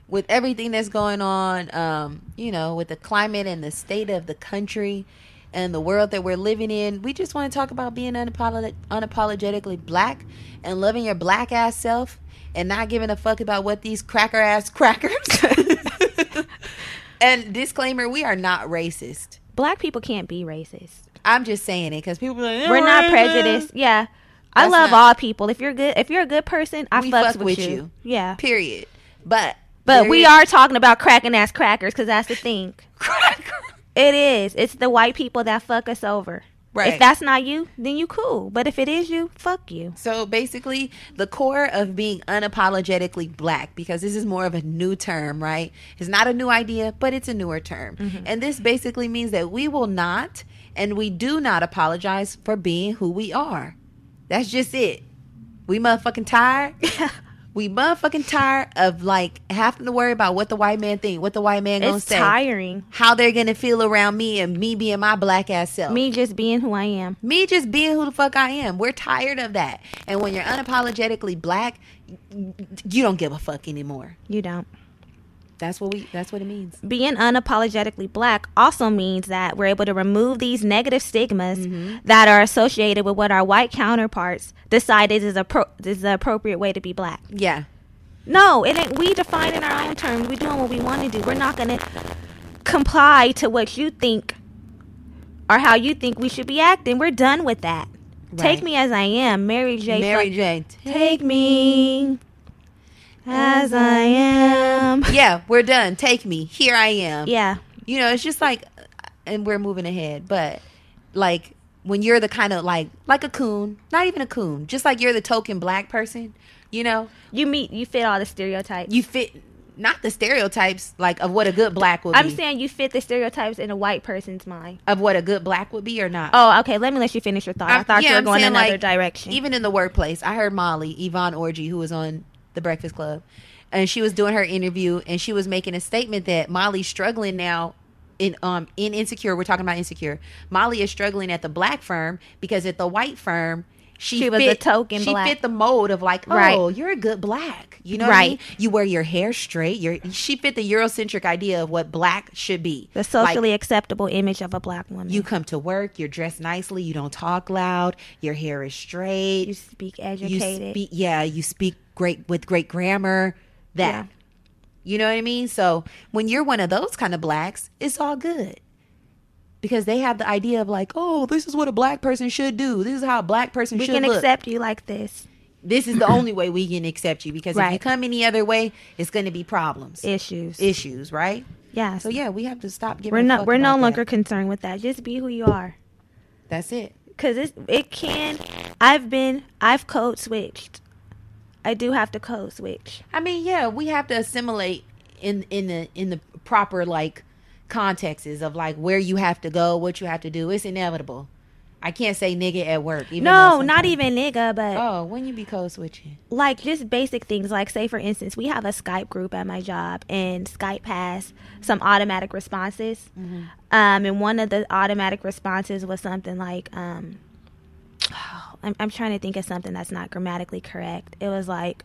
A: with everything that's going on, um, you know, with the climate and the state of the country and the world that we're living in, we just want to talk about being unapolo- unapologetically black and loving your black ass self and not giving a fuck about what these cracker ass crackers and disclaimer: we are not racist.
B: Black people can't be racist.
A: I'm just saying it because people are like, "They're
B: We're not
A: racist."
B: prejudiced. Yeah. I
A: That's
B: love
A: not-
B: all people. If you're good, if you're a good person, I
A: We
B: fucks
A: fuck
B: with,
A: with
B: you.
A: you.
B: Yeah.
A: Period. But
B: But
A: there
B: we
A: is-
B: are talking about cracking ass crackers because that's the thing. It is. It's the white people that fuck us over.
A: Right.
B: If that's not you, then you cool. But if it is you, fuck you.
A: So basically, the core of being unapologetically black, because this is more of a new term, right? It's not a new idea, but it's a newer term. And this basically means that we will not and we do not apologize for being who we are. That's just it. We motherfucking tired. we motherfucking tired of like having to worry about what the white man think, what the white man gonna
B: it's
A: say,
B: tiring.
A: how they're gonna feel around me, and me being my black ass self
B: Me just being who I am.
A: me just being who the fuck I am. We're tired of that. And when you're unapologetically black, you don't give a fuck anymore.
B: You don't.
A: That's what we. That's what it means.
B: Being unapologetically black also means that we're able to remove these negative stigmas
A: Mm-hmm.
B: that are associated with what our white counterparts decided is a pro- is the appropriate way to be black.
A: Yeah.
B: No, it ain't. We define in our own terms. We're doing what we want to do. We're not gonna comply to what you think or how you think we should be acting. We're done with that. Take
A: Right.
B: me as I am, Mary J.
A: Mary
B: Fuck-
A: J.
B: Take me as I am.
A: Yeah, we're done. Take me. Here I am.
B: Yeah,
A: You know, it's just like, and we're moving ahead, but like when you're the kind of like like a coon, not even a coon, just like you're the token black person. You know,
B: you meet, you fit all the stereotypes.
A: you fit not the stereotypes like of what a good black would
B: I'm
A: be,
B: saying you fit the stereotypes in a white person's mind.
A: of what a good black would be or not.
B: Oh, okay. Let me let you finish your thought. i
A: I'm-
B: thought you
A: Uh, yeah,
B: were
A: I'm
B: going
A: saying,
B: another
A: like,
B: direction.
A: Even in the workplace, I heard Molly, Yvonne Orgy, who was on The Breakfast Club, and she was doing her interview and she was making a statement that Molly's struggling now in um in insecure. We're talking about insecure. Molly is struggling at the black firm because at the white firm she,
B: She was a
A: fit-
B: token
A: She
B: black.
A: fit the mold of like, oh,
B: Right.
A: you're a good black. You know, what I
B: Right.
A: mean? You wear your hair straight. You're, she fit the Eurocentric idea of what black should be.
B: the
A: Like,
B: socially acceptable image of a black woman.
A: you come to work, you're dressed nicely, you don't talk loud, your hair is straight,
B: you speak
A: you
B: educated.
A: speak yeah you speak great with great grammar that
B: Yeah.
A: you know what i mean so when you're one of those kind of blacks it's all good because they have the idea of like oh this is what a black person should do this is how a black person
B: we
A: should
B: can
A: look
B: accept you like this.
A: this is the only way we can accept you because if you
B: Right.
A: come any other way it's going to be problems
B: Issues.
A: issues right
B: yeah.
A: so yeah we have to stop giving
B: we're
A: a
B: not.
A: fuck
B: We're no
A: about that.
B: longer concerned with that. Just be who you are.
A: that's it
B: Cause it it can. I've been. I've code switched. I do have to code switch.
A: I mean, yeah, we have to assimilate in in the in the proper like contexts of like where you have to go, what you have to do. It's inevitable. I can't say nigga at work. Even
B: No,
A: though
B: not
A: sometimes-
B: even nigga, but
A: Oh, when you be code switching,
B: like just basic things. Like say for instance, we have a Skype group at my job, and Skype has some automatic responses.
A: Mm-hmm.
B: Um, and one of the automatic responses was something like, um, I'm, I'm trying to think of something that's not grammatically correct. It was like,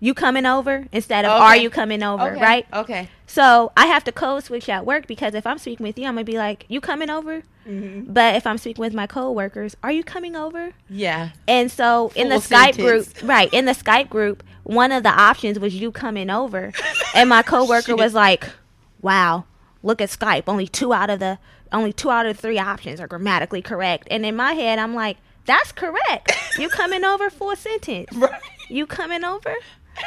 B: you coming over instead of
A: Okay.
B: are you coming over,
A: Okay,
B: right?
A: Okay,
B: So I have to code switch at work because if I'm speaking with you, I'm gonna be like, you coming over?
A: Mm-hmm.
B: But if I'm speaking with my coworkers, are you coming over?
A: yeah,
B: And so in the
A: Full
B: Skype
A: sentence.
B: group, right, in the Skype group, one of the options was you coming over. And my coworker was like, "Wow, look at Skype. Only 2 out of the only 2 out of 3 options are grammatically correct." And in my head, I'm like, "That's correct. You coming over full sentence.
A: right.
B: You coming over?"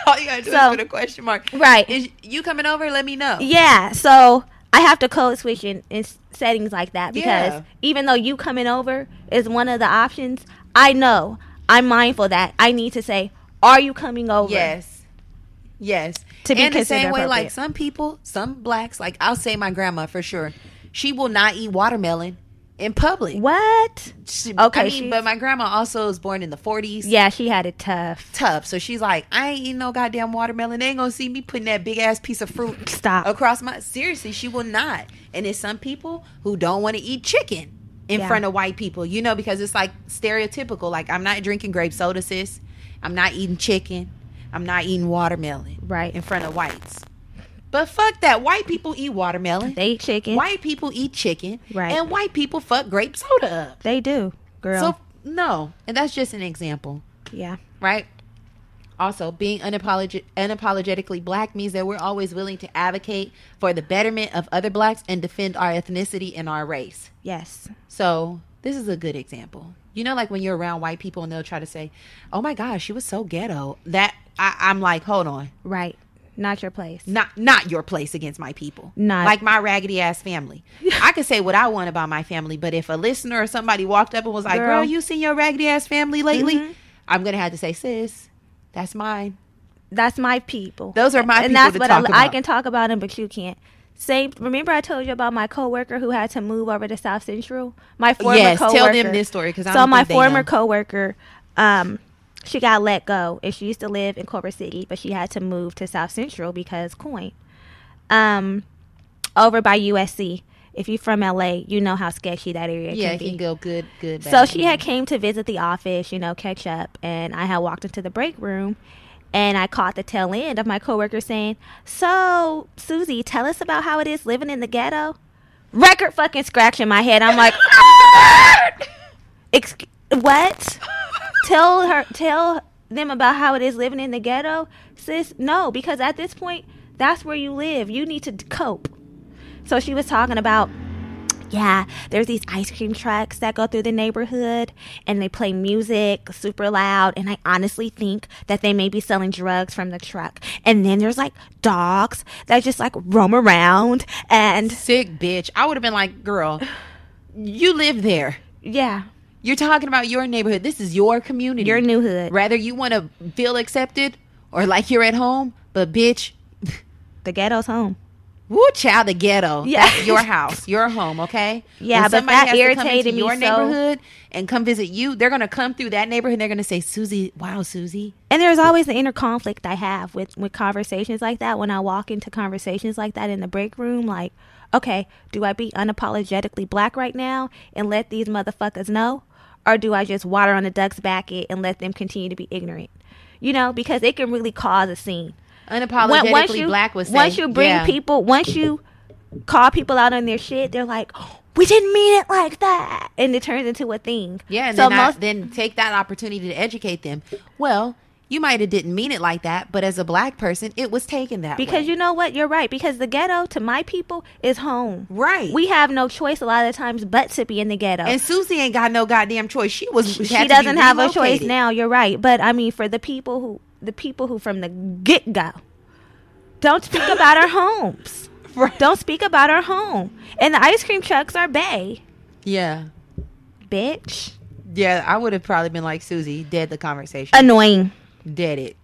A: All you gotta do
B: So-
A: is put a question mark.
B: Right.
A: Is you coming over? Let me know.
B: Yeah, so I have to code switch in, in s- settings like that because
A: Yeah.
B: even though you coming over is one of the options, I know I'm mindful that I need to say, "Are you coming over?"
A: Yes. Yes.
B: To be
A: and the same
B: considered
A: way, like
B: appropriate.
A: some people, some blacks, like I'll say my grandma for sure, she will not eat watermelon in public.
B: What?
A: She,
B: Okay,
A: I mean,
B: she's-
A: but my grandma also was born in the 40s.
B: Yeah, she had it tough.
A: Tough. So she's like, I ain't eating no goddamn watermelon. They ain't gonna see me putting that big ass piece of fruit
B: Stop.
A: across my. Seriously, she will not. And it's some people who don't want to eat chicken in
B: Yeah.
A: front of white people, you know, because it's like stereotypical. Like, I'm not drinking grape soda, sis. I'm not eating chicken. I'm not eating watermelon
B: Right.
A: in front of whites. But fuck that. White people eat watermelon.
B: They eat chicken.
A: white people eat chicken.
B: Right.
A: And white people fuck grape soda up.
B: They do, girl.
A: So no, and that's just an example,
B: yeah.
A: right? Also, being unapologi- unapologetically black means that we're always willing to advocate for the betterment of other blacks and defend our ethnicity and our race.
B: Yes.
A: So this is a good example. You know, like when you're around white people and they'll try to say, "Oh my gosh, she was so ghetto." That I, I'm like, hold on,
B: Right. Not your place.
A: not not your place against my people,
B: Not-
A: like my raggedy ass family. I could say what I want about my family, but if a listener or somebody walked up and was like, "Girl, Mm-hmm.
B: Girl.
A: you seen your raggedy ass family lately?"
B: Mhm.
A: I'm gonna have to say, "Sis, that's mine."
B: That's my people.
A: Those are my
B: and
A: people
B: that's
A: to
B: what
A: talk
B: I, I
A: about.
B: can talk about them, but you can't. Same. Remember, I told you about my coworker who had to move over to South Central. My former
A: yes,
B: coworker.
A: tell them this story because I
B: so
A: don't
B: my
A: think they
B: former
A: know.
B: coworker, um, she got let go, and she used to live in Culver City, but she had to move to South Central because coin, um, over by USC. If you're from LA, you know how sketchy that area
A: yeah,
B: can
A: it
B: be.
A: can go good, good.
B: So
A: bad.
B: she had came to visit the office, you know, catch up, and I had walked into the break room, and I caught the tail end of my coworker saying, "So, Susie, tell us about how it is living in the ghetto." Record fucking scratch in my head. I'm like, Exc- what? tell her, tell them about how it is living in the ghetto, sis. No, because at this point, that's where you live. You need to d- cope. So she was talking about yeah, there's these ice cream trucks that go through the neighborhood and they play music super loud. And I honestly think that they may be selling drugs from the truck. And then there's like dogs that just like roam around. And
A: sick bitch. I would have been like, "Girl, you live there."
B: yeah,
A: You're talking about your neighborhood. This is your community.
B: your new hood,
A: Rather, you want to feel accepted or like you're at home, but bitch,
B: the ghetto's home.
A: woo, child, the ghetto.
B: Yeah.
A: That's your house, your home, okay?
B: Yeah,
A: When
B: but
A: somebody
B: that
A: has to come into
B: irritated me
A: your
B: so-
A: neighborhood and come visit you. They're gonna come through that neighborhood. and They're gonna say, "Susie, wow, Susie."
B: And there's always the inner conflict I have with, with conversations like that. When I walk into conversations like that in the break room, like, okay, do I be unapologetically black right now and let these motherfuckers know? Or do I just water on the duck's back it and let them continue to be ignorant? You know, because it can really cause a scene. When-
A: Unapologetically black was
B: once you bring people, once you call people out on their shit, they're like, "Oh, we didn't mean it like that. And it turns into a thing.
A: Yeah, and
B: so
A: then, I-
B: most,
A: then take that opportunity to educate them. Well, you might have didn't mean it like that, but as a black person, it was taken that way.
B: Because you know what? You're right. Because the ghetto to my people is home.
A: Right.
B: We have no choice a lot of times but to be in the ghetto.
A: And Susie ain't got no goddamn choice. She was
B: she doesn't have a choice now. You're right. But I mean, for the people who the people who from the get go don't speak about our homes.
A: Right.
B: Don't speak about our home. And the ice cream trucks are bay,
A: Yeah,
B: bitch.
A: yeah. I would have probably been like Susie, dead the conversation,
B: Uh, Annoying.
A: dead it.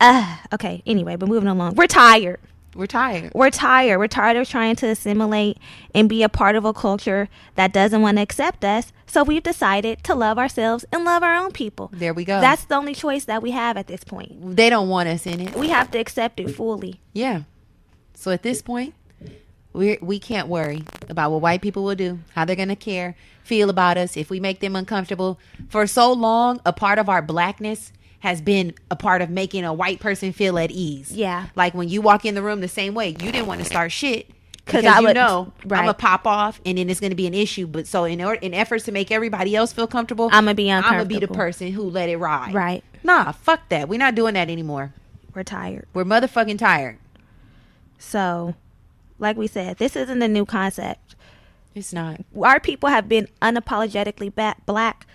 B: Uh, okay. Anyway, but moving along. We're tired.
A: We're tired.
B: we're tired. We're tired of trying to assimilate and be a part of a culture that doesn't want to accept us. So we've decided to love ourselves and love our own people.
A: There we go.
B: That's the only choice that we have at this point.
A: they don't want us in it.
B: We have to accept it fully.
A: Yeah. So at this point, we we can't worry about what white people will do, how they're gonna care, feel about us if we make them uncomfortable. For so long, a part of our blackness has been a part of making a white person feel at ease.
B: Yeah.
A: Like when you walk in the room the same way, you didn't want to start shit.
B: 'Cause
A: Because
B: I
A: you
B: would-
A: know I'm gonna
B: right.
A: pop off, and then it's gonna be an issue. But so in order, in efforts to make everybody else feel comfortable,
B: I'ma be
A: I'm gonna be the
B: uncomfortable.
A: person who let it ride.
B: Right.
A: Nah, fuck that. We're not doing that anymore.
B: We're tired.
A: We're motherfucking tired.
B: So, like we said, this isn't a new concept.
A: It's not.
B: Our people have been unapologetically ba- black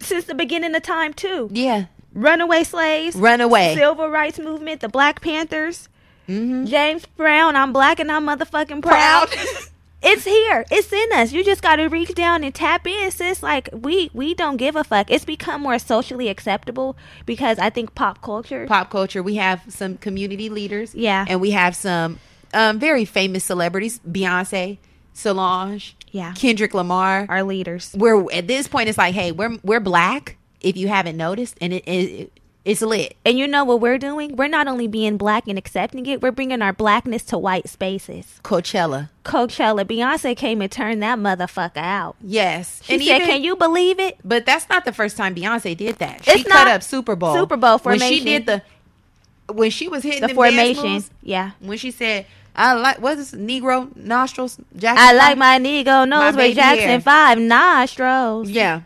B: since the beginning of time, too.
A: Yeah.
B: Runaway slaves.
A: Run away.
B: Civil rights movement, the Black Panthers, James Brown, I'm black and I'm motherfucking proud. it's here. It's in us. You just gotta reach down and tap in, sis. Like we we don't give a fuck. It's become more socially acceptable because I think pop culture
A: Pop culture. We have some community leaders.
B: Yeah.
A: And we have some um, very famous celebrities Beyonce, Solange,
B: Yeah.
A: Kendrick Lamar.
B: our leaders.
A: We're at this point, it's like, hey, we're, we're black, if you haven't noticed, and it, it, it's lit.
B: And you know what we're doing? We're not only being black and accepting it, we're bringing our blackness to white spaces.
A: Coachella.
B: Coachella, Beyonce came and turned that motherfucker out.
A: Yes.
B: She said, "Can you believe it?"
A: But that's not the first time Beyonce did that. She
B: It's
A: cut
B: not.
A: up Super Bowl.
B: Super Bowl
A: When she
B: formation.
A: did the when she was hitting
B: The
A: them dance
B: formation,
A: moves,
B: yeah.
A: when she said, "I like what is this, Negro nostrils." Jackson
B: I
A: Five?"
B: like my Negro nose
A: baby
B: with Jackson
A: hair.
B: Five nostrils.
A: Yeah.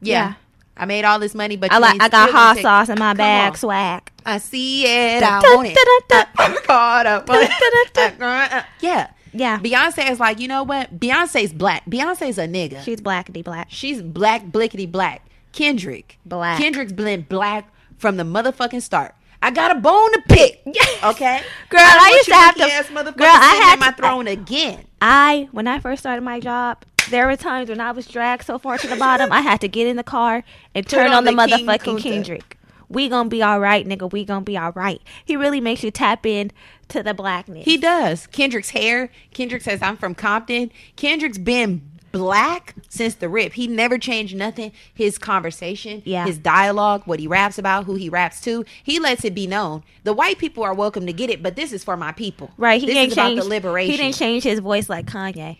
A: yeah,
B: Yeah.
A: I made all this money, but
B: I
A: you
B: like
A: ain't
B: I got
A: still gonna
B: hot
A: take-
B: sauce in my
A: Come
B: bag,
A: on.
B: swag.
A: I see it. I
B: Dun,
A: want it. Uh,
B: dun,
A: I'm caught up. on it. Uh, Yeah.
B: Yeah,
A: Beyonce is like, you know what? Beyonce's black. Beyonce's a nigga.
B: she's blackity black.
A: She's black, blickety black. Kendrick.
B: Black.
A: Kendrick's been black from the motherfucking start. I got a bone to pick. Okay?
B: Girl,
A: don't
B: I
A: want
B: used
A: you
B: to have to-
A: monkey-ass motherfuckers
B: Girl, I
A: sitting
B: had
A: in my
B: to-
A: throne again.
B: I when I first started my job, there were times when I was dragged so far to the bottom, I had to get in the car and turn on,
A: on
B: the,
A: the King
B: motherfucking
A: Kunta.
B: Kendrick. We gonna be all right, nigga. We gonna be all right. He really makes you tap in to the blackness.
A: He does. Kendrick's hair. Kendrick says, I'm from Compton. Kendrick's been black since the rip. He never changed nothing. His conversation,
B: Yeah.
A: his dialogue, what he raps about, who he raps to, he lets it be known. The white people are welcome to get it, but this is for my people.
B: right. He
A: this
B: didn't
A: is about
B: change.
A: the liberation.
B: He didn't change his voice like Kanye.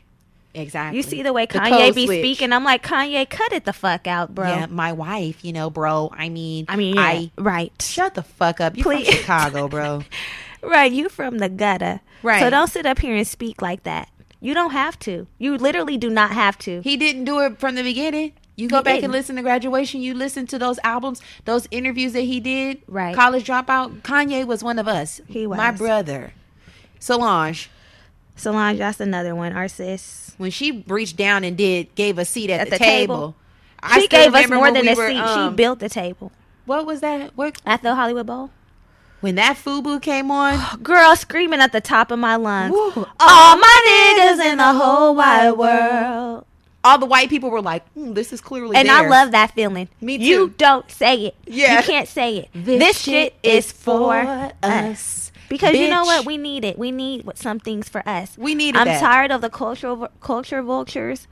A: Exactly.
B: You see the way
A: code
B: Kanye be
A: switch.
B: speaking. I'm like Kanye, cut it the fuck out, bro.
A: Yeah, my wife, you know, bro. I mean,
B: I mean, yeah,
A: I
B: right,
A: shut the fuck up. You from
B: Please.
A: Chicago, bro?
B: right. You from the gutter,
A: Right.
B: So don't sit up here and speak like that. You don't have to. You literally do not have to.
A: He didn't do it from the beginning. You go
B: He
A: back
B: didn't.
A: and listen to graduation. You listen to those albums, those interviews that he did.
B: Right.
A: College dropout. Kanye was one of us.
B: He
A: my
B: was.
A: brother. Solange,
B: Solange, that's another one. Our sis.
A: when she reached down and did gave a seat at,
B: At
A: the,
B: the
A: table.
B: table.
A: I
B: she
A: still
B: gave us
A: remember
B: more
A: when
B: than
A: we
B: a
A: were,
B: seat.
A: um,
B: she built the table
A: What was that? What,
B: at the Hollywood Bowl.
A: when that FUBU came on,
B: Girl screaming at the top of my lungs.
A: Oh, Woo.
B: All my niggas in the whole wide world.
A: all the white people were like, "Hmm, "This is clearly."
B: And I
A: theirs."
B: love that feeling.
A: Me
B: You
A: too.
B: don't say it.
A: Yeah.
B: You can't say it. This, shit is for us. Because you know what?
A: We
B: We need it. We need what some things for us.
A: we need
B: I'm
A: that.
B: tired of the cultural culture vultures.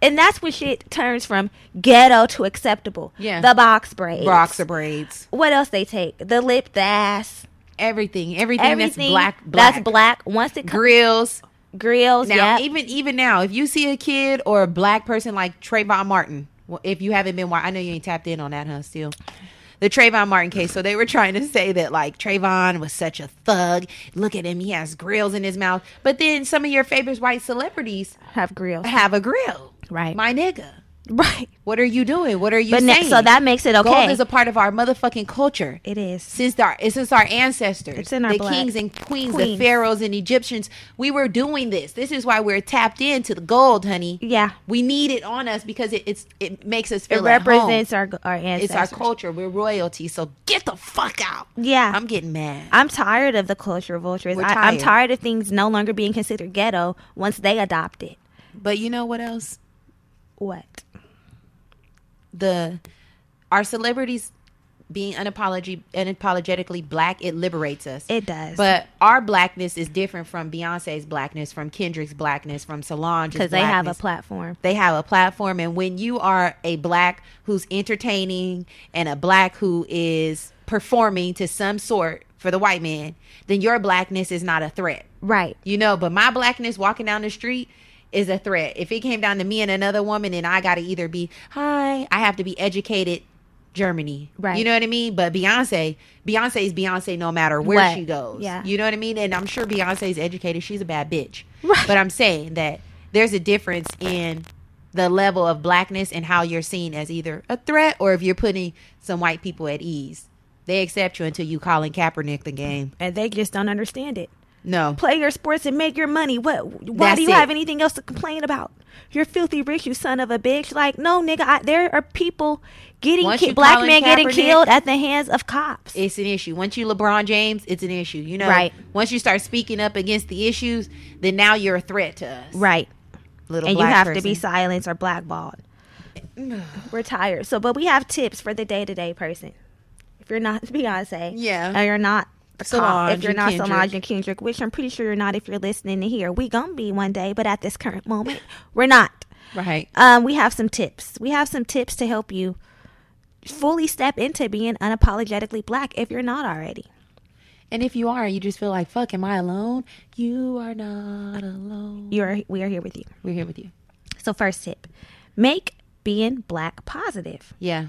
B: And that's when shit turns from ghetto to acceptable.
A: Yeah.
B: The box braids.
A: Boxer braids,
B: What else they take? The lip, the ass,
A: everything, everything,
B: everything.
A: that's black, black,
B: That's black. Once it comes,
A: grills.
B: grills,
A: Now,
B: yeah.
A: even even now, if you see a kid or a black person like Trayvon Martin, well, if you haven't been, wa- I know you ain't tapped in on that, huh? Still. The Trayvon Martin case. So they were trying to say that like Trayvon was such a thug. Look at him; he has grills in his mouth. But then some of your favorite white celebrities
B: Have grills.
A: have a grill,
B: Right.
A: My nigga,
B: Right.
A: what are you doing? What are you
B: But ne-
A: saying?
B: so that makes it okay.
A: Gold is a part of our motherfucking culture.
B: it is.
A: Since our since our ancestors,
B: It's in our
A: the
B: blood.
A: kings and queens, the
B: Queens.
A: pharaohs and Egyptians, we were doing this. This is why we're tapped into the gold, honey.
B: Yeah.
A: We need it on us because it it's, it makes us
B: It
A: feel at home.
B: represents our our ancestors.
A: It's our culture. We're royalty. So get the fuck out.
B: Yeah.
A: I'm getting mad.
B: I'm tired of the culture vultures.
A: We're
B: I, I'm
A: tired.
B: tired of things no longer being considered ghetto once they adopt it.
A: But you know what else?
B: What?
A: The our celebrities being unapologi- unapologetically black, it liberates us.
B: It does.
A: But our blackness is different from Beyonce's blackness, from Kendrick's blackness, from Solange's
B: because they have a
A: blackness.
B: platform.
A: They have a platform, and when you are a black who's entertaining and a black who is performing to some sort for the white man, then your blackness is not a threat,
B: Right.
A: you know. But my blackness walking down the street is a threat. If it came down to me and another woman, then I got to either be hi, I have to be educated. Germany,
B: Right.
A: You know what I mean. But Beyonce, Beyonce is Beyonce no matter where
B: What?
A: she goes.
B: Yeah.
A: you know what I mean. And I'm sure Beyonce's educated. She's a bad bitch.
B: Right.
A: But I'm saying that there's a difference in the level of blackness and how you're seen as either a threat or if you're putting some white people at ease. They accept you until you Colin Kaepernick the game.
B: And they just don't understand it.
A: No.
B: Play your sports and make your money. What? Why
A: That's
B: do you
A: it.
B: have anything else to complain about? You're filthy rich, you son of a bitch. Like, no, nigga, I, there are people getting
A: Once
B: ki-
A: you
B: black
A: Colin
B: men getting
A: Kaepernick-
B: killed at the hands of cops.
A: It's an issue. Once you LeBron James, it's an issue. You know,
B: Right.
A: once you start speaking up against the issues, then now you're a threat to us.
B: right.
A: Little
B: and you
A: black
B: have to
A: person.
B: be silenced or blackballed. We're tired. So, but we have tips for the day to day person. If you're not Beyonce,
A: Yeah.
B: or you're not the cop,
A: Solange
B: if you're
A: and
B: not
A: Kendrick.
B: Solange and Kendrick, which I'm pretty sure you're not if you're listening to here. We gonna be one day, but at this current moment, we're not.
A: Right.
B: Um, we have some tips. We have some tips to help you fully step into being unapologetically black if you're not already.
A: And if you are, you just feel like, fuck, am I alone? You are not alone.
B: You are we are here with you.
A: We're here with you.
B: So first tip, make being black positive.
A: Yeah.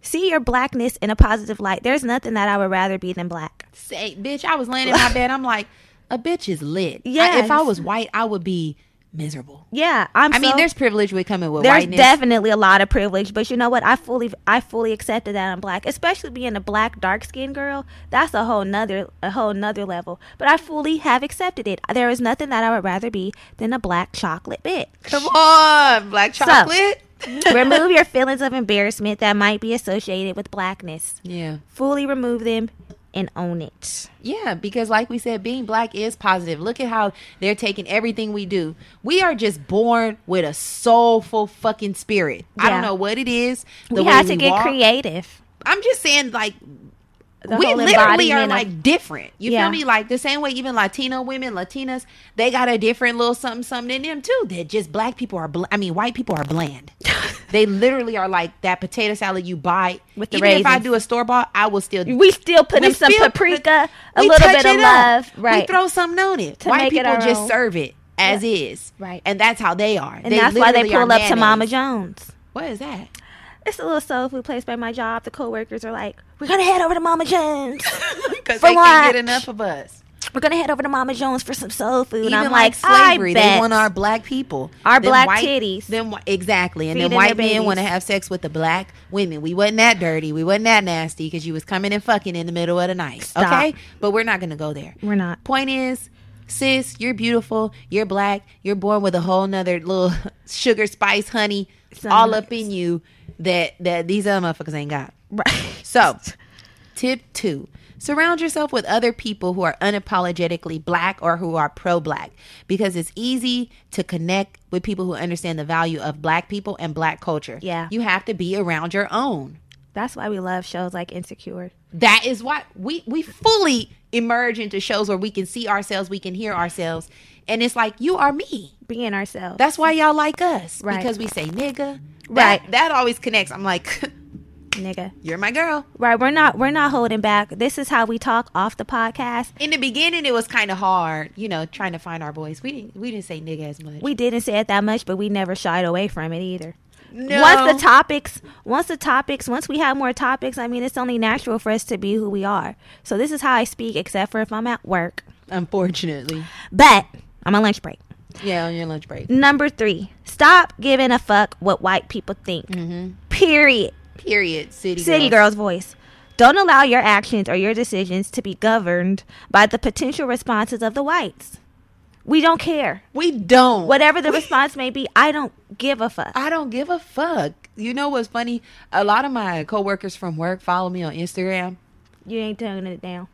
B: see your blackness in a positive light. There's nothing that I would rather be than black.
A: say, bitch, I was laying in my bed. I'm like, a bitch is lit. I- if I
B: Yes.
A: was white, I would be miserable.
B: Yeah, I'm.
A: I mean,
B: so-
A: there's privilege with coming with
B: there's
A: whiteness.
B: definitely a lot of privilege, but you know what? I fully I fully accepted that I'm black, especially being a black dark skinned girl. That's a whole nother a whole nother level. But I fully have accepted it. There is nothing that I would rather be than a black chocolate bitch.
A: Come on, black chocolate.
B: Remove your feelings of embarrassment that might be associated with blackness.
A: yeah.
B: Fully remove them and own it.
A: Yeah, because like we said, being black is positive. Look at how they're taking everything we do. We are just born with a soulful fucking spirit. I
B: Yeah.
A: don't know what it is. The
B: we
A: way
B: have to get
A: walk.
B: creative.
A: I'm just saying, like,
B: The
A: we
B: whole
A: literally
B: embodiment
A: are
B: of-
A: like different. You
B: Yeah.
A: feel me? Like the same way even Latino women, Latinas, they got a different little something something in them too. That just black people are. Bl- I mean, white people are bland. they literally are like that potato salad you buy.
B: With the
A: even if I
B: raisins.
A: do a store bought, I will still.
B: we still put
A: We
B: in some
A: still put-
B: paprika, a
A: we
B: little
A: touch
B: bit of
A: it up.
B: love, right?
A: We throw something on it.
B: To
A: white
B: make it
A: people
B: our
A: just
B: own.
A: serve it as is.
B: Right.
A: And that's how they are.
B: and that's why they
A: literally are
B: pull up to
A: mayonnaise.
B: Mama Jones.
A: What is that?
B: It's a little soul food place by my job. The coworkers are like, "We're gonna head over to Mama Jones.
A: Because
B: For
A: they can't get
B: lunch.
A: enough of us.
B: We're gonna head over to Mama Jones for some soul food."
A: Even
B: and I'm
A: like,
B: like,
A: slavery,
B: I bet.
A: they want our black people,
B: Our
A: Them
B: black titties.
A: Them whi- exactly, and then
B: Feeding
A: white
B: their
A: men want to
B: babies.
A: have sex with the black women. We wasn't that dirty. We wasn't that nasty because you was coming and fucking in the middle of the night.
B: Stop.
A: Okay, but we're not gonna go there.
B: We're not.
A: Point is, sis, you're beautiful. You're black. You're born with a whole nother little sugar, spice, honey,
B: Some
A: all up in you that that these other motherfuckers ain't got.
B: Right.
A: So, tip two surround yourself with other people who are unapologetically black or who are pro black because it's easy to connect with people who understand the value of black people and black culture.
B: Yeah.
A: You have to be around your own.
B: That's why we love shows like Insecure.
A: That is why we, we fully emerge into shows where we can see ourselves, we can hear ourselves. And it's like, you are me.
B: Being ourselves.
A: That's why y'all like us.
B: Right.
A: Because we say nigga. That-
B: Right.
A: That always connects. I'm like,
B: nigga.
A: you're my girl.
B: Right. We're not. We're not holding back. This is how we talk off the podcast.
A: in the beginning it was kind of hard you know trying to find our voice we didn't we didn't say nigga as much
B: We didn't say it that much, but we never shied away from it either.
A: no.
B: Once the topics, once the topics, once we have more topics, I mean, it's only natural for us to be who we are. So this is how I speak, except for if I'm at work.
A: unfortunately
B: But I'm on lunch break.
A: yeah on your lunch break
B: Number three, stop giving a fuck what white people think.
A: Mm-hmm.
B: Period.
A: period city
B: City girl's voice. Don't allow your actions or your decisions to be governed by the potential responses of the whites. We don't care.
A: we don't
B: Whatever the response may be, I don't give a fuck.
A: I don't give a fuck. You know what's funny? A lot of my coworkers from work follow me on Instagram.
B: You ain't turning it down.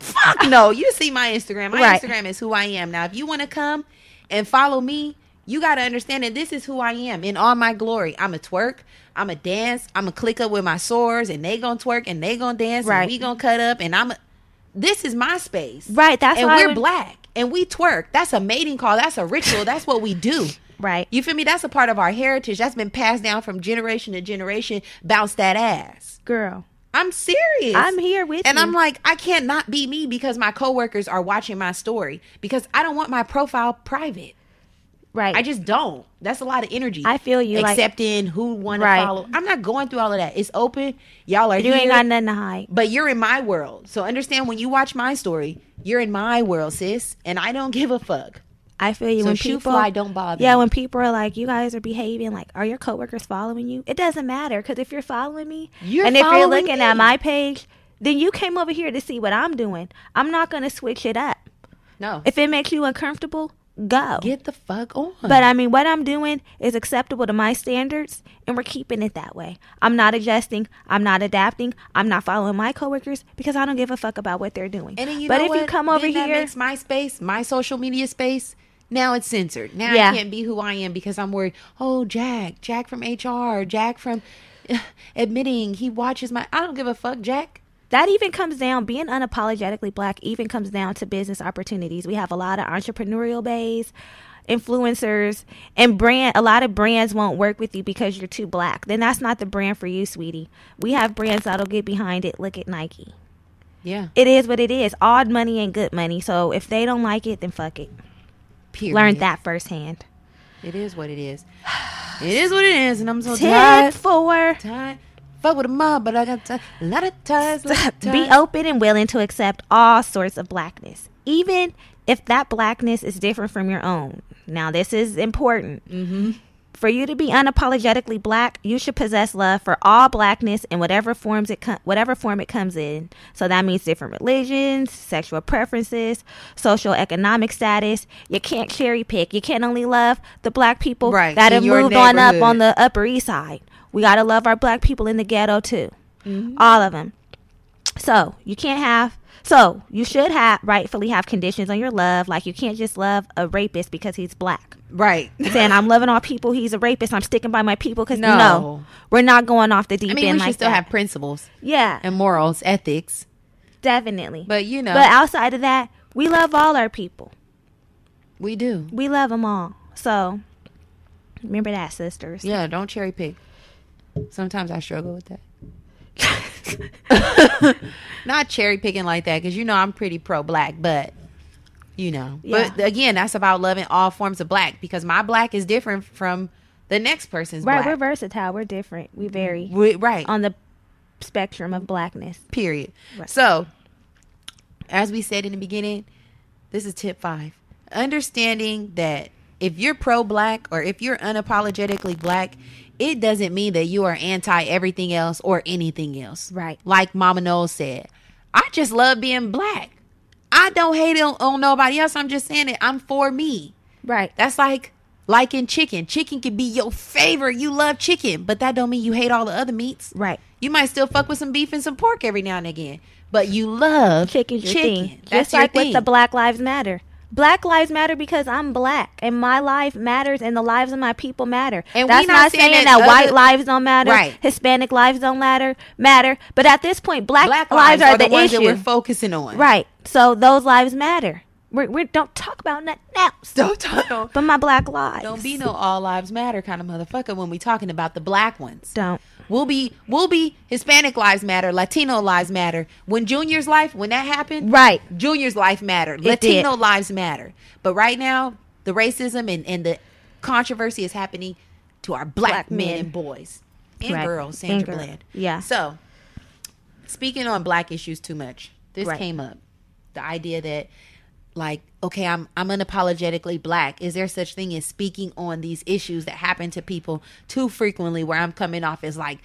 A: Fuck no. You see my Instagram. My
B: Right.
A: Instagram is who I am. Now, if you want to come and follow me, you got to understand that this is who I am in all my glory. I'm a twerk. I'm a dance. I'm a click up with my swords, and they gonna twerk and they gonna dance,
B: Right.
A: and we gonna cut up. And I'm. A, this is my space,
B: Right, that's
A: and
B: why I
A: we're
B: would-
A: black and we twerk. That's a mating call. That's a ritual. That's what we do.
B: Right.
A: You feel me? That's a part of our heritage. That's been passed down from generation to generation. Bounce that ass.
B: Girl.
A: I'm serious.
B: I'm here with
A: And
B: you.
A: I'm like, I can't not be me because my coworkers are watching my story because I don't want my profile private.
B: Right.
A: I just don't. That's a lot of energy.
B: I feel you, like-
A: Accepting who want
B: Right.
A: to follow. I'm not going through all of that. It's open. Y'all are
B: you
A: here,
B: ain't got nothing to hide.
A: but you're in my world. So understand when you watch my story, you're in my world, sis, and I don't give a fuck.
B: I feel you.
A: So
B: when
A: shoot
B: people
A: fly, don't bother.
B: Yeah, when people are like, "You guys are behaving like, are your coworkers following you?" It doesn't matter because if you're following me,
A: You're
B: and if you're
A: following
B: looking at
A: me.
B: my page, then you came over here to see what I'm doing. I'm not gonna switch it up.
A: No.
B: If it makes you uncomfortable, go.
A: Get the fuck on.
B: but I mean, what I'm doing is acceptable to my standards, and we're keeping it that way. I'm not adjusting. I'm not adapting. I'm not following my coworkers because I don't give a fuck about what they're doing.
A: And then you
B: but
A: know
B: if you
A: what?
B: come over
A: Then that
B: here,
A: makes my space, my social media space. Now it's censored. Now
B: Yeah.
A: I can't be who I am because I'm worried. Oh, Jack, Jack from HR, Jack from uh, admitting he watches my. I don't give a fuck, Jack.
B: that even comes down being unapologetically black even comes down to business opportunities we have a lot of entrepreneurial bays influencers and brand a lot of brands won't work with you because you're too black then that's not the brand for you sweetie we have brands that'll get behind it look at nike
A: Yeah.
B: it is what it is odd money ain't good money so if they don't like it then fuck it
A: Period.
B: learn that firsthand
A: It is what it is. It is what it is, and I'm so
B: tip
A: tired.
B: four
A: Tired. Fuck with a mob, but I got ti- a lot of ties. lot of
B: be
A: ties.
B: open and willing to accept all sorts of blackness even if that blackness is different from your own. Now, this is important.
A: Mm-hmm.
B: For you to be unapologetically black, you should possess love for all blackness in whatever forms it com- whatever form it comes in. So that means different religions, sexual preferences, social economic status. You can't cherry pick. You can't only love the black people
A: Right,
B: that
A: in
B: have
A: your
B: moved on up
A: neighborhood.
B: on the Upper East Side. We gotta love our black people in the ghetto too,
A: Mm-hmm.
B: all of them. So you can't have. So you should have rightfully have conditions on your love. Like you can't just love a rapist because he's black
A: Right.
B: saying I'm loving all people. He's a rapist. I'm sticking by my people because
A: No.
B: no. we're not going off the deep
A: I mean,
B: end
A: we
B: like
A: should still
B: that.
A: have principles
B: yeah,
A: and morals, ethics,
B: definitely.
A: but uh, you know,
B: but outside of that, we love all our people.
A: we do.
B: We love them all. So remember that, sisters.
A: Yeah, don't cherry pick. Sometimes I struggle with that. Not cherry picking like that because you know I'm pretty pro black, but you know. But again, that's about loving all forms of black because my black is different from the next person's
B: right, we're
A: black.
B: versatile. We're different. We vary
A: We- right.
B: on the spectrum of blackness.
A: period. So, as we said in the beginning, this is tip five. Understanding that if you're pro black or if you're unapologetically black, it doesn't mean that you are anti everything else or anything else.
B: Right.
A: Like Mama Noel said, I just love being black. I don't hate on, on nobody else. I'm just saying it. I'm for me.
B: Right.
A: That's like liking chicken. Chicken could be your favorite. You love chicken, but that don't mean you hate all the other meats.
B: Right.
A: You might still fuck with some beef and some pork every now and again, but you love
B: Chicken's your thing.
A: That's
B: Just like
A: your
B: with
A: thing.
B: the Black Lives Matter. Black lives matter because I'm black and my life matters and the lives of my people matter.
A: And we
B: That's
A: not
B: not,
A: saying
B: saying,
A: that
B: that, white
A: other-
B: lives don't matter,
A: Right.
B: Hispanic lives don't matter, matter. But at this point, black,
A: black
B: lives, are, the,
A: ones
B: issue,
A: that we're focusing on.
B: right? So those lives matter. We're, we don't talk about nothing else
A: Don't, don't
B: but my black lives.
A: don't be no all lives matter kind of motherfucker when we talking about the black ones.
B: Don't.
A: We'll be we'll be Hispanic lives matter, Latino lives matter. When Junior's life, when that happened,
B: Right.
A: Junior's life mattered.
B: It
A: Latino
B: did.
A: lives matter. But right now, the racism and, and the controversy is happening to our black,
B: Black
A: men,
B: men.
A: and boys. And
B: Right.
A: girls,
B: And
A: Sandra
B: girl-
A: Bland.
B: yeah.
A: So speaking on black issues too much, this
B: Right.
A: came up. The idea that like, okay, I'm I'm unapologetically black. Is there such thing as speaking on these issues that happen to people too frequently where I'm coming off as like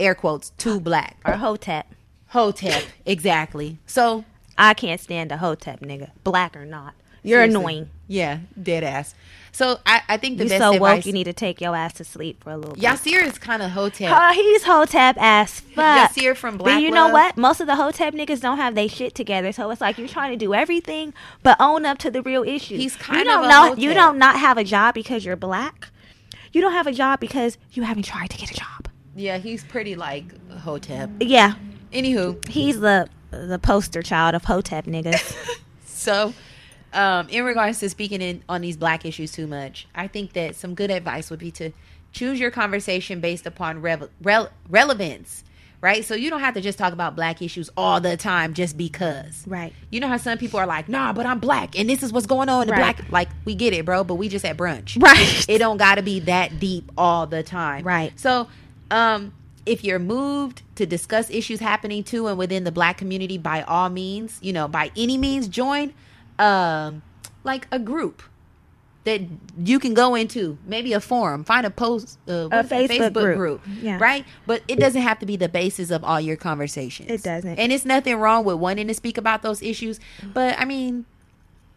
A: air quotes too black
B: Or hotep.
A: hotep exactly so
B: I can't stand a hotep nigga, black or not. You're
A: Seriously.
B: annoying.
A: Yeah, dead ass. So I, I think the
B: You
A: best
B: so
A: advice.
B: woke. You need to take your ass to sleep for a little bit.
A: Yasir is kind of hotep.
B: Oh, he's hotep ass fuck.
A: Yasir from Black
B: But you know
A: Love.
B: what? Most of the hotep niggas don't have they shit together, so it's like you're trying to do everything, but own up to the real issue.
A: He's
B: you
A: kind
B: don't
A: of a
B: know.
A: Hotep.
B: You don't not have a job because you're black. You don't have a job because you haven't tried to get a job.
A: Yeah, he's pretty like hotep.
B: Yeah,
A: Anywho,
B: he's the the poster child of hotep niggas.
A: so um, in regards to speaking in on these black issues too much, I think that some good advice would be to choose your conversation based upon rev- rel- relevance. Right, so you don't have to just talk about black issues all the time just because.
B: Right.
A: You know how some people are like, "Nah, but I'm black, and this is what's going on." in
B: Right.
A: Black, like we get it, bro, but we just at brunch.
B: Right.
A: it don't gotta be that deep all the time
B: Right.
A: so um if you're moved to discuss issues happening to and within the black community by all means you know by any means join um like a group that you can go into maybe a forum find a post uh, what is that?
B: Facebook group.
A: yeah
B: Yeah.
A: right but it doesn't have to be the basis of all your conversations
B: It doesn't.
A: and it's nothing wrong with wanting to speak about those issues but i mean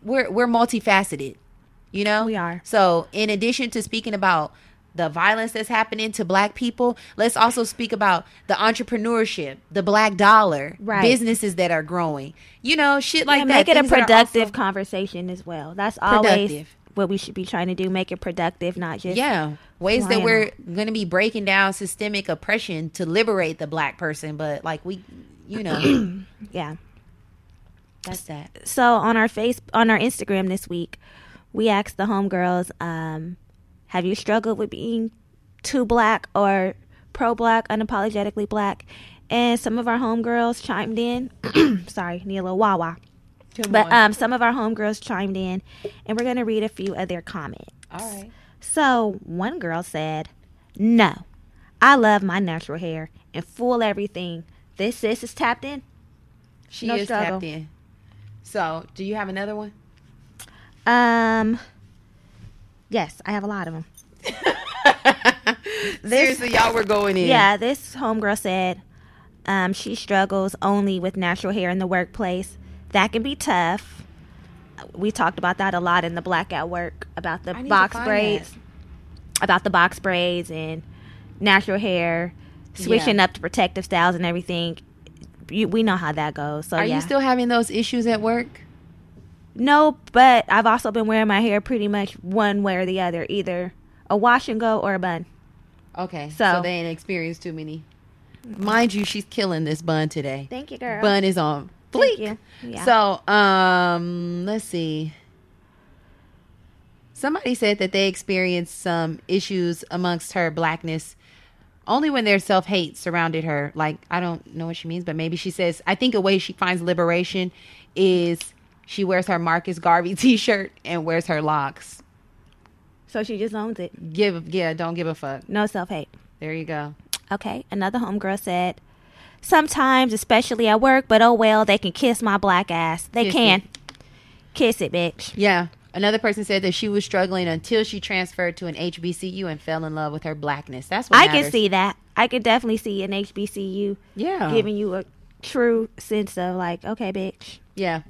A: we're we're multifaceted you know
B: We are.
A: so in addition to speaking about the violence that's happening to black people let's also speak about the entrepreneurship the black dollar
B: Right.
A: businesses that are growing you know shit like
B: and
A: that
B: make it a
A: things that are
B: productive
A: also-
B: conversation as well. That's always
A: Productive.
B: what we should be trying to do. Make it productive, not just
A: yeah ways that
B: Flying
A: we're going to be breaking down systemic oppression to liberate the black person but like we you know
B: yeah.
A: that's that
B: so on our face on our Instagram this week, we asked the homegirls, um, have you struggled with being too black or pro black, unapologetically black? And some of our homegirls chimed in. Sorry, need a little wawa. But um, some of our homegirls chimed in, and we're gonna read a few of their comments.
A: all right
B: So one girl said, "No, I love my natural hair and full everything. This sis is tapped in.
A: she
B: no
A: is
B: struggle.
A: tapped in so do you have another one
B: Um, yes, I have a lot of them.
A: Seriously, y'all were going in.
B: Yeah, this homegirl said um, she struggles only with natural hair in the workplace. That can be tough. We talked about that a lot in the black at work about the
A: I need to
B: box
A: find
B: braids, about the box braids and natural hair, switching up to protective styles and everything. You, we know how that goes. So
A: Are
B: yeah.
A: you still having those issues at work?
B: No, but I've also been wearing my hair pretty much one way or the other, either a wash and go or a bun.
A: Okay.
B: So-
A: they ain't experienced too many. Mind you, she's killing this bun today.
B: Thank you, girl.
A: Bun is on
B: Thank
A: fleek.
B: you. Yeah.
A: So, um, let's see. Somebody said that they experienced some issues amongst her blackness only when their self hate surrounded her. Like, I don't know what she means, but maybe she says, I think a way she finds liberation is she wears her Marcus Garvey t shirt and wears her locks.
B: so she just owns it.
A: Give, yeah, don't give a fuck.
B: No self hate.
A: There you go.
B: Okay, another homegirl said, Sometimes, especially at work, but oh well, they can kiss my black ass. They
A: Kiss
B: can. Kiss it, bitch.
A: Yeah. Another person said that she was struggling until she transferred to an HBCU and fell in love with her blackness. That's what
B: I
A: matters.
B: can see that. I can definitely see an HBCU
A: Yeah.
B: giving you a true sense of, like, okay, bitch,
A: yeah.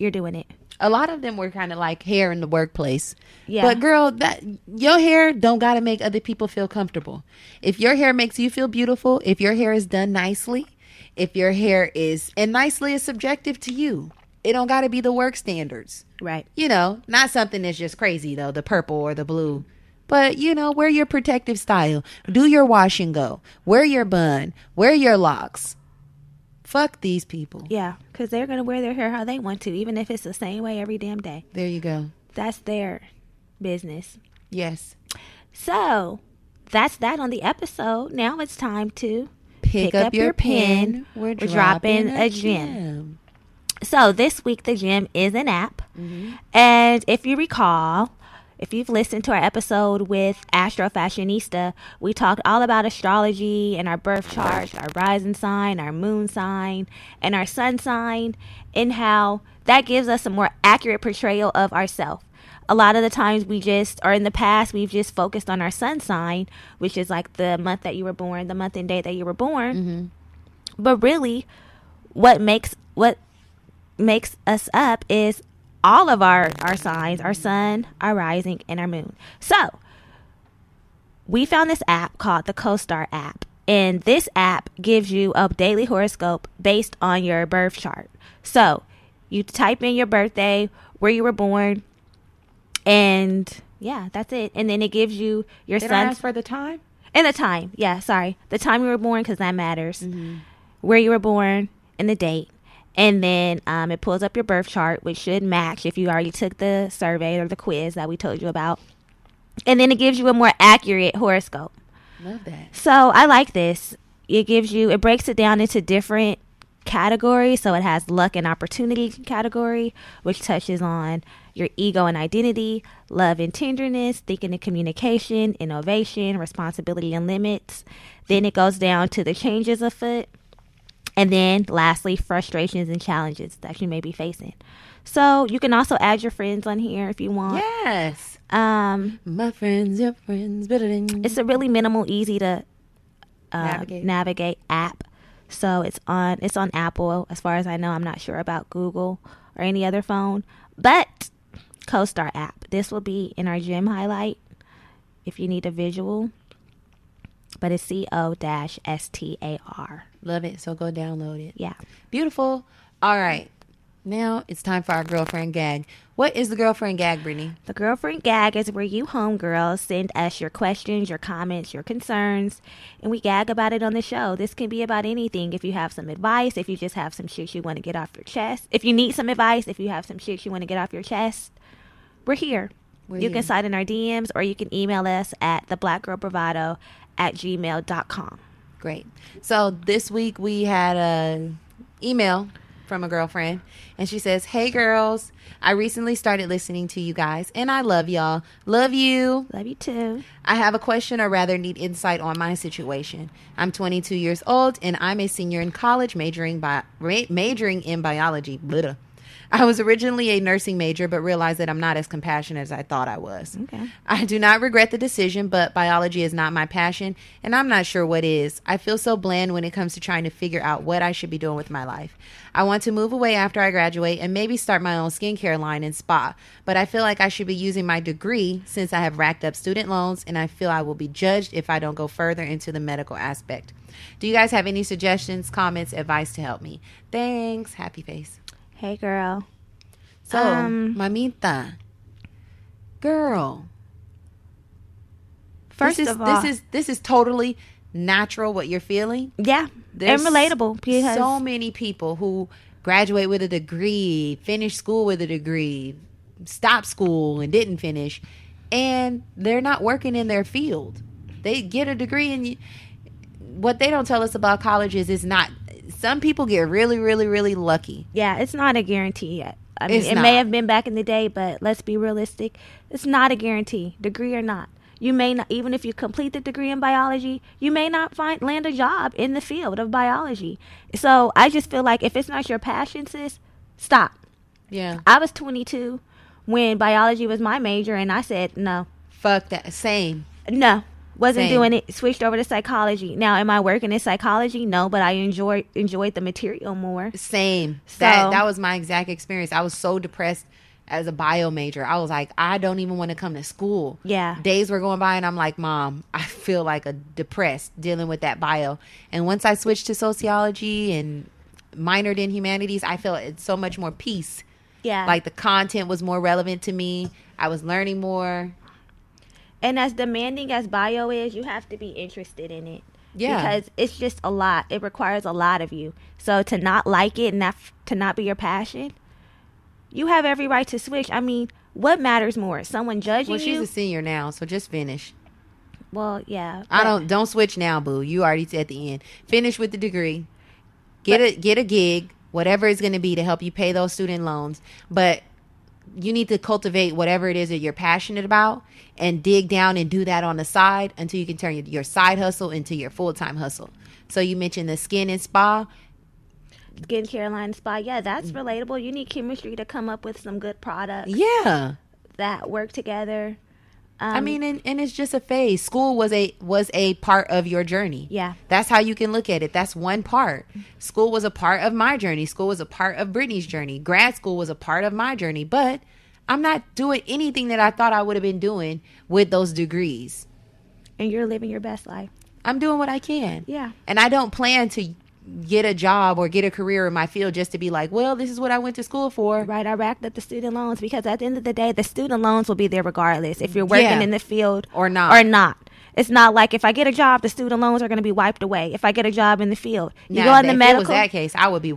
B: you're doing it.
A: A lot of them were kind of like hair in the workplace.
B: Yeah.
A: But girl, that your hair don't got to make other people feel comfortable. If your hair makes you feel beautiful, if your hair is done nicely, if your hair is and nicely is subjective to you. It don't got to be the work standards.
B: Right.
A: you know, not something that's just crazy though, the purple or the blue. But you know, wear your protective style. Do your wash and go. Wear your bun. Wear your locks. Fuck these people.
B: Yeah, because they're going to wear their hair how they want to, even if it's the same way every damn day.
A: There you go.
B: That's their business.
A: Yes.
B: So that's that on the episode. Now it's time to
A: Pick, up, your pen. We're, dropping, a gem.
B: So this week, the gym is an app, and if you recall, if you've listened to our episode with Astro Fashionista, we talked all about astrology and our birth chart, our rising sign, our moon sign, and our sun sign, and how that gives us a more accurate portrayal of ourselves. A lot of the times we just, or in the past, we've just focused on our sun sign, which is like the month that you were born, the month and date that you were born. But really, what makes what makes us up is all of our our signs our sun our rising and our moon so we found this app called the co-star app and this app gives you a daily horoscope based on your birth chart so you type in your birthday where you were born and yeah that's it and then it gives you your
A: Did I
B: sun
A: ask for the time?
B: and the time. Yeah, sorry. The time you were born, because that matters. Where you were born and the date. And then um, it pulls up your birth chart, which should match if you already took the survey or the quiz that we told you about. And then it gives you a more accurate horoscope.
A: Love that.
B: So I like this. It gives you, it breaks it down into different categories. So it has luck and opportunity category, which touches on your ego and identity, love and tenderness, thinking and communication, innovation, responsibility and limits. Then it goes down to the changes afoot. And then lastly, frustrations and challenges that you may be facing. So you can also add your friends on here if you want.
A: Yes.
B: Um,
A: My friends, your friends, better than
B: it's a really minimal, easy to uh,
A: Navigate.
B: navigate. app. So it's on it's on Apple. As far as I know, I'm not sure about Google or any other phone, but CoStar app. This will be in our gym highlight if you need a visual. But it's C O dash S T A R.
A: Love it. So go download it.
B: Yeah.
A: Beautiful. All right. Now it's time for our girlfriend gag. What is the girlfriend gag, Brittany?
B: The girlfriend gag is where you homegirls send us your questions, your comments, your concerns, and we gag about it on the show. This can be about anything. If you have some advice, if you just have some shit you want to get off your chest, if you need some advice, if you have some shit you want to get off your chest, we're here.
A: We're
B: you
A: here.
B: can slide in our DMs or you can email us at theblackgirlbravado at gmail.com.
A: Great. So this week we had a email from a girlfriend and she says, "Hey girls, I recently started listening to you guys and I love y'all. Love you.
B: Love you too.
A: I have a question or rather need insight on my situation. I'm 22 years old and I'm a senior in college majoring by ma- majoring in biology. Blah. I was originally a nursing major, but realized that I'm not as compassionate as I thought I was.
B: Okay.
A: I do not regret the decision, but biology is not my passion, and I'm not sure what is. I feel so bland when it comes to trying to figure out what I should be doing with my life. I want to move away after I graduate and maybe start my own skincare line and spa, but I feel like I should be using my degree since I have racked up student loans, and I feel I will be judged if I don't go further into the medical aspect. Do you guys have any suggestions, comments, advice to help me? Thanks. Happy face.
B: Hey, girl.
A: So,
B: Um,
A: mamita, girl.
B: First
A: this is
B: of all,
A: this is this is totally natural what you're feeling.
B: yeah, and
A: There's
B: relatable because
A: So many people who graduate with a degree, finish school with a degree, stop school and didn't finish, and they're not working in their field. They get a degree, and you, what they don't tell us about college is it's not. Some people get really, really, really lucky.
B: yeah, it's not a guarantee yet. I mean,
A: It's
B: it may
A: not.
B: have been back in the day, but let's be realistic. It's not a guarantee, degree or not. You may not, even if you complete the degree in biology, you may not find land a job in the field of biology. So I just feel like if it's not your passion, sis, stop.
A: Yeah,
B: I was 22 when biology was my major, and I said no,
A: fuck that. Same.
B: no, wasn't
A: Same.
B: doing it. Switched over to psychology. Now, am I working in psychology? No, but I enjoy enjoyed the material more.
A: Same. that
B: So-
A: that was my exact experience. I was so depressed as a bio major. I was like, I don't even want to come to school.
B: Yeah.
A: Days were going by and I'm like, Mom, I feel like a depressed dealing with that bio. And once I switched to sociology and minored in humanities, I felt it's so much more peace.
B: Yeah,
A: Like the content was more relevant to me. I was learning more.
B: and as demanding as bio is, you have to be interested in it.
A: Yeah.
B: because it's just a lot. It requires a lot of you. So to not like it and not to not be your passion, you have every right to switch. I mean, what matters more? Someone judging
A: Well, she's
B: you?
A: a senior now, so just finish.
B: well, yeah.
A: I
B: but-
A: don't don't switch now, boo. You already at the end. Finish with the degree. Get a get a gig, whatever it's going to be to help you pay those student loans, but you need to cultivate whatever it is that you're passionate about and dig down and do that on the side until you can turn your, your side hustle into your full-time hustle. So you mentioned the skin and spa.
B: Skin Caroline Spa. Yeah, that's
A: Mm.
B: relatable. You need chemistry to come up with some good products
A: Yeah.
B: that work together. Um,
A: I mean, and, and it's just a phase. School was a was a part of your journey.
B: Yeah.
A: that's how you can look at it. That's one part. School was a part of my journey. School was a part of Brittany's journey. Grad school was a part of my journey. But I'm not doing anything that I thought I would have been doing with those degrees.
B: and you're living your best life.
A: I'm doing what I can.
B: Yeah.
A: and I don't plan to get a job or get a career in my field just to be like, well, this is what I went to school for.
B: Right, I racked up the student loans because at the end of the day, the student loans will be there regardless if you're working
A: Yeah.
B: in the field
A: Or not.
B: Or not. It's not like if I get a job, the student loans are going to be wiped away. If I get a job in the field, you
A: Now,
B: go in
A: if
B: the
A: it was
B: medical.
A: that case, I would be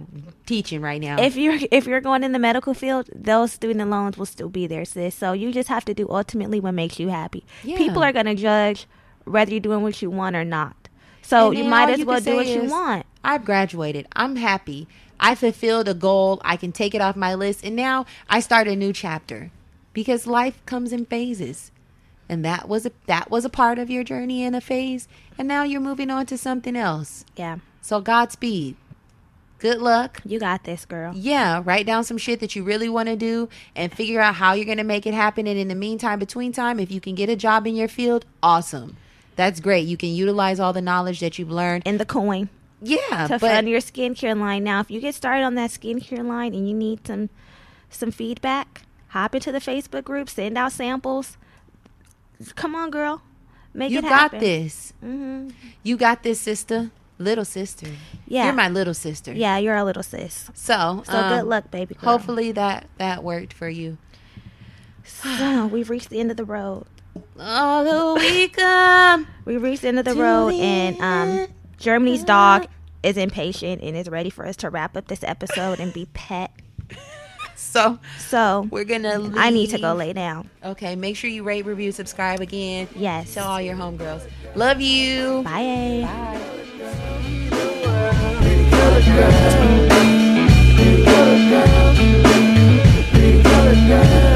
A: teaching right now.
B: if you're if you're going in the medical field, those student loans will still be there, sis. So you just have to do ultimately what makes you happy.
A: Yeah.
B: People are gonna judge whether you're doing what you want or not. So
A: And
B: you
A: then
B: might
A: all
B: as
A: Oh, you
B: well
A: can
B: do
A: say
B: what you
A: is,
B: want.
A: I've graduated. I'm happy. I fulfilled a goal. I can take it off my list. And now I start a new chapter because life comes in phases. And that was a, that was a part of your journey in a phase. And now you're moving on to something else.
B: Yeah,
A: So Godspeed. Good luck.
B: you got this, girl.
A: Yeah, write down some shit that you really want to do and figure out how you're going to make it happen. And in the meantime, between time, if you can get a job in your field, awesome. That's great. You can utilize all the knowledge that you've learned.
B: And the coin
A: Yeah,
B: to
A: but
B: fund your skincare line. Now, if you get started on that skincare line and you need some some feedback, hop into the Facebook group, send out samples. Come on, girl, make
A: you
B: it
A: got
B: happen.
A: this.
B: hmm
A: You got this, sister. Little sister.
B: Yeah,
A: You're my little sister.
B: yeah, you're a little sis.
A: So,
B: So
A: um,
B: good luck, baby. Girl.
A: Hopefully that that worked for you.
B: So we've reached the end of the road.
A: Although we come.
B: We've reached the end of the
A: To
B: road,
A: the
B: and um,
A: end.
B: Germany's dog is impatient and is ready for us to wrap up this episode and be pet.
A: So
B: So
A: we're gonna. Leave.
B: I need to go lay down.
A: Okay, make sure you rate, review, subscribe again.
B: Yes.
A: Tell all your homegirls. Love you.
B: Bye.
A: Bye.
C: Pretty colored girl.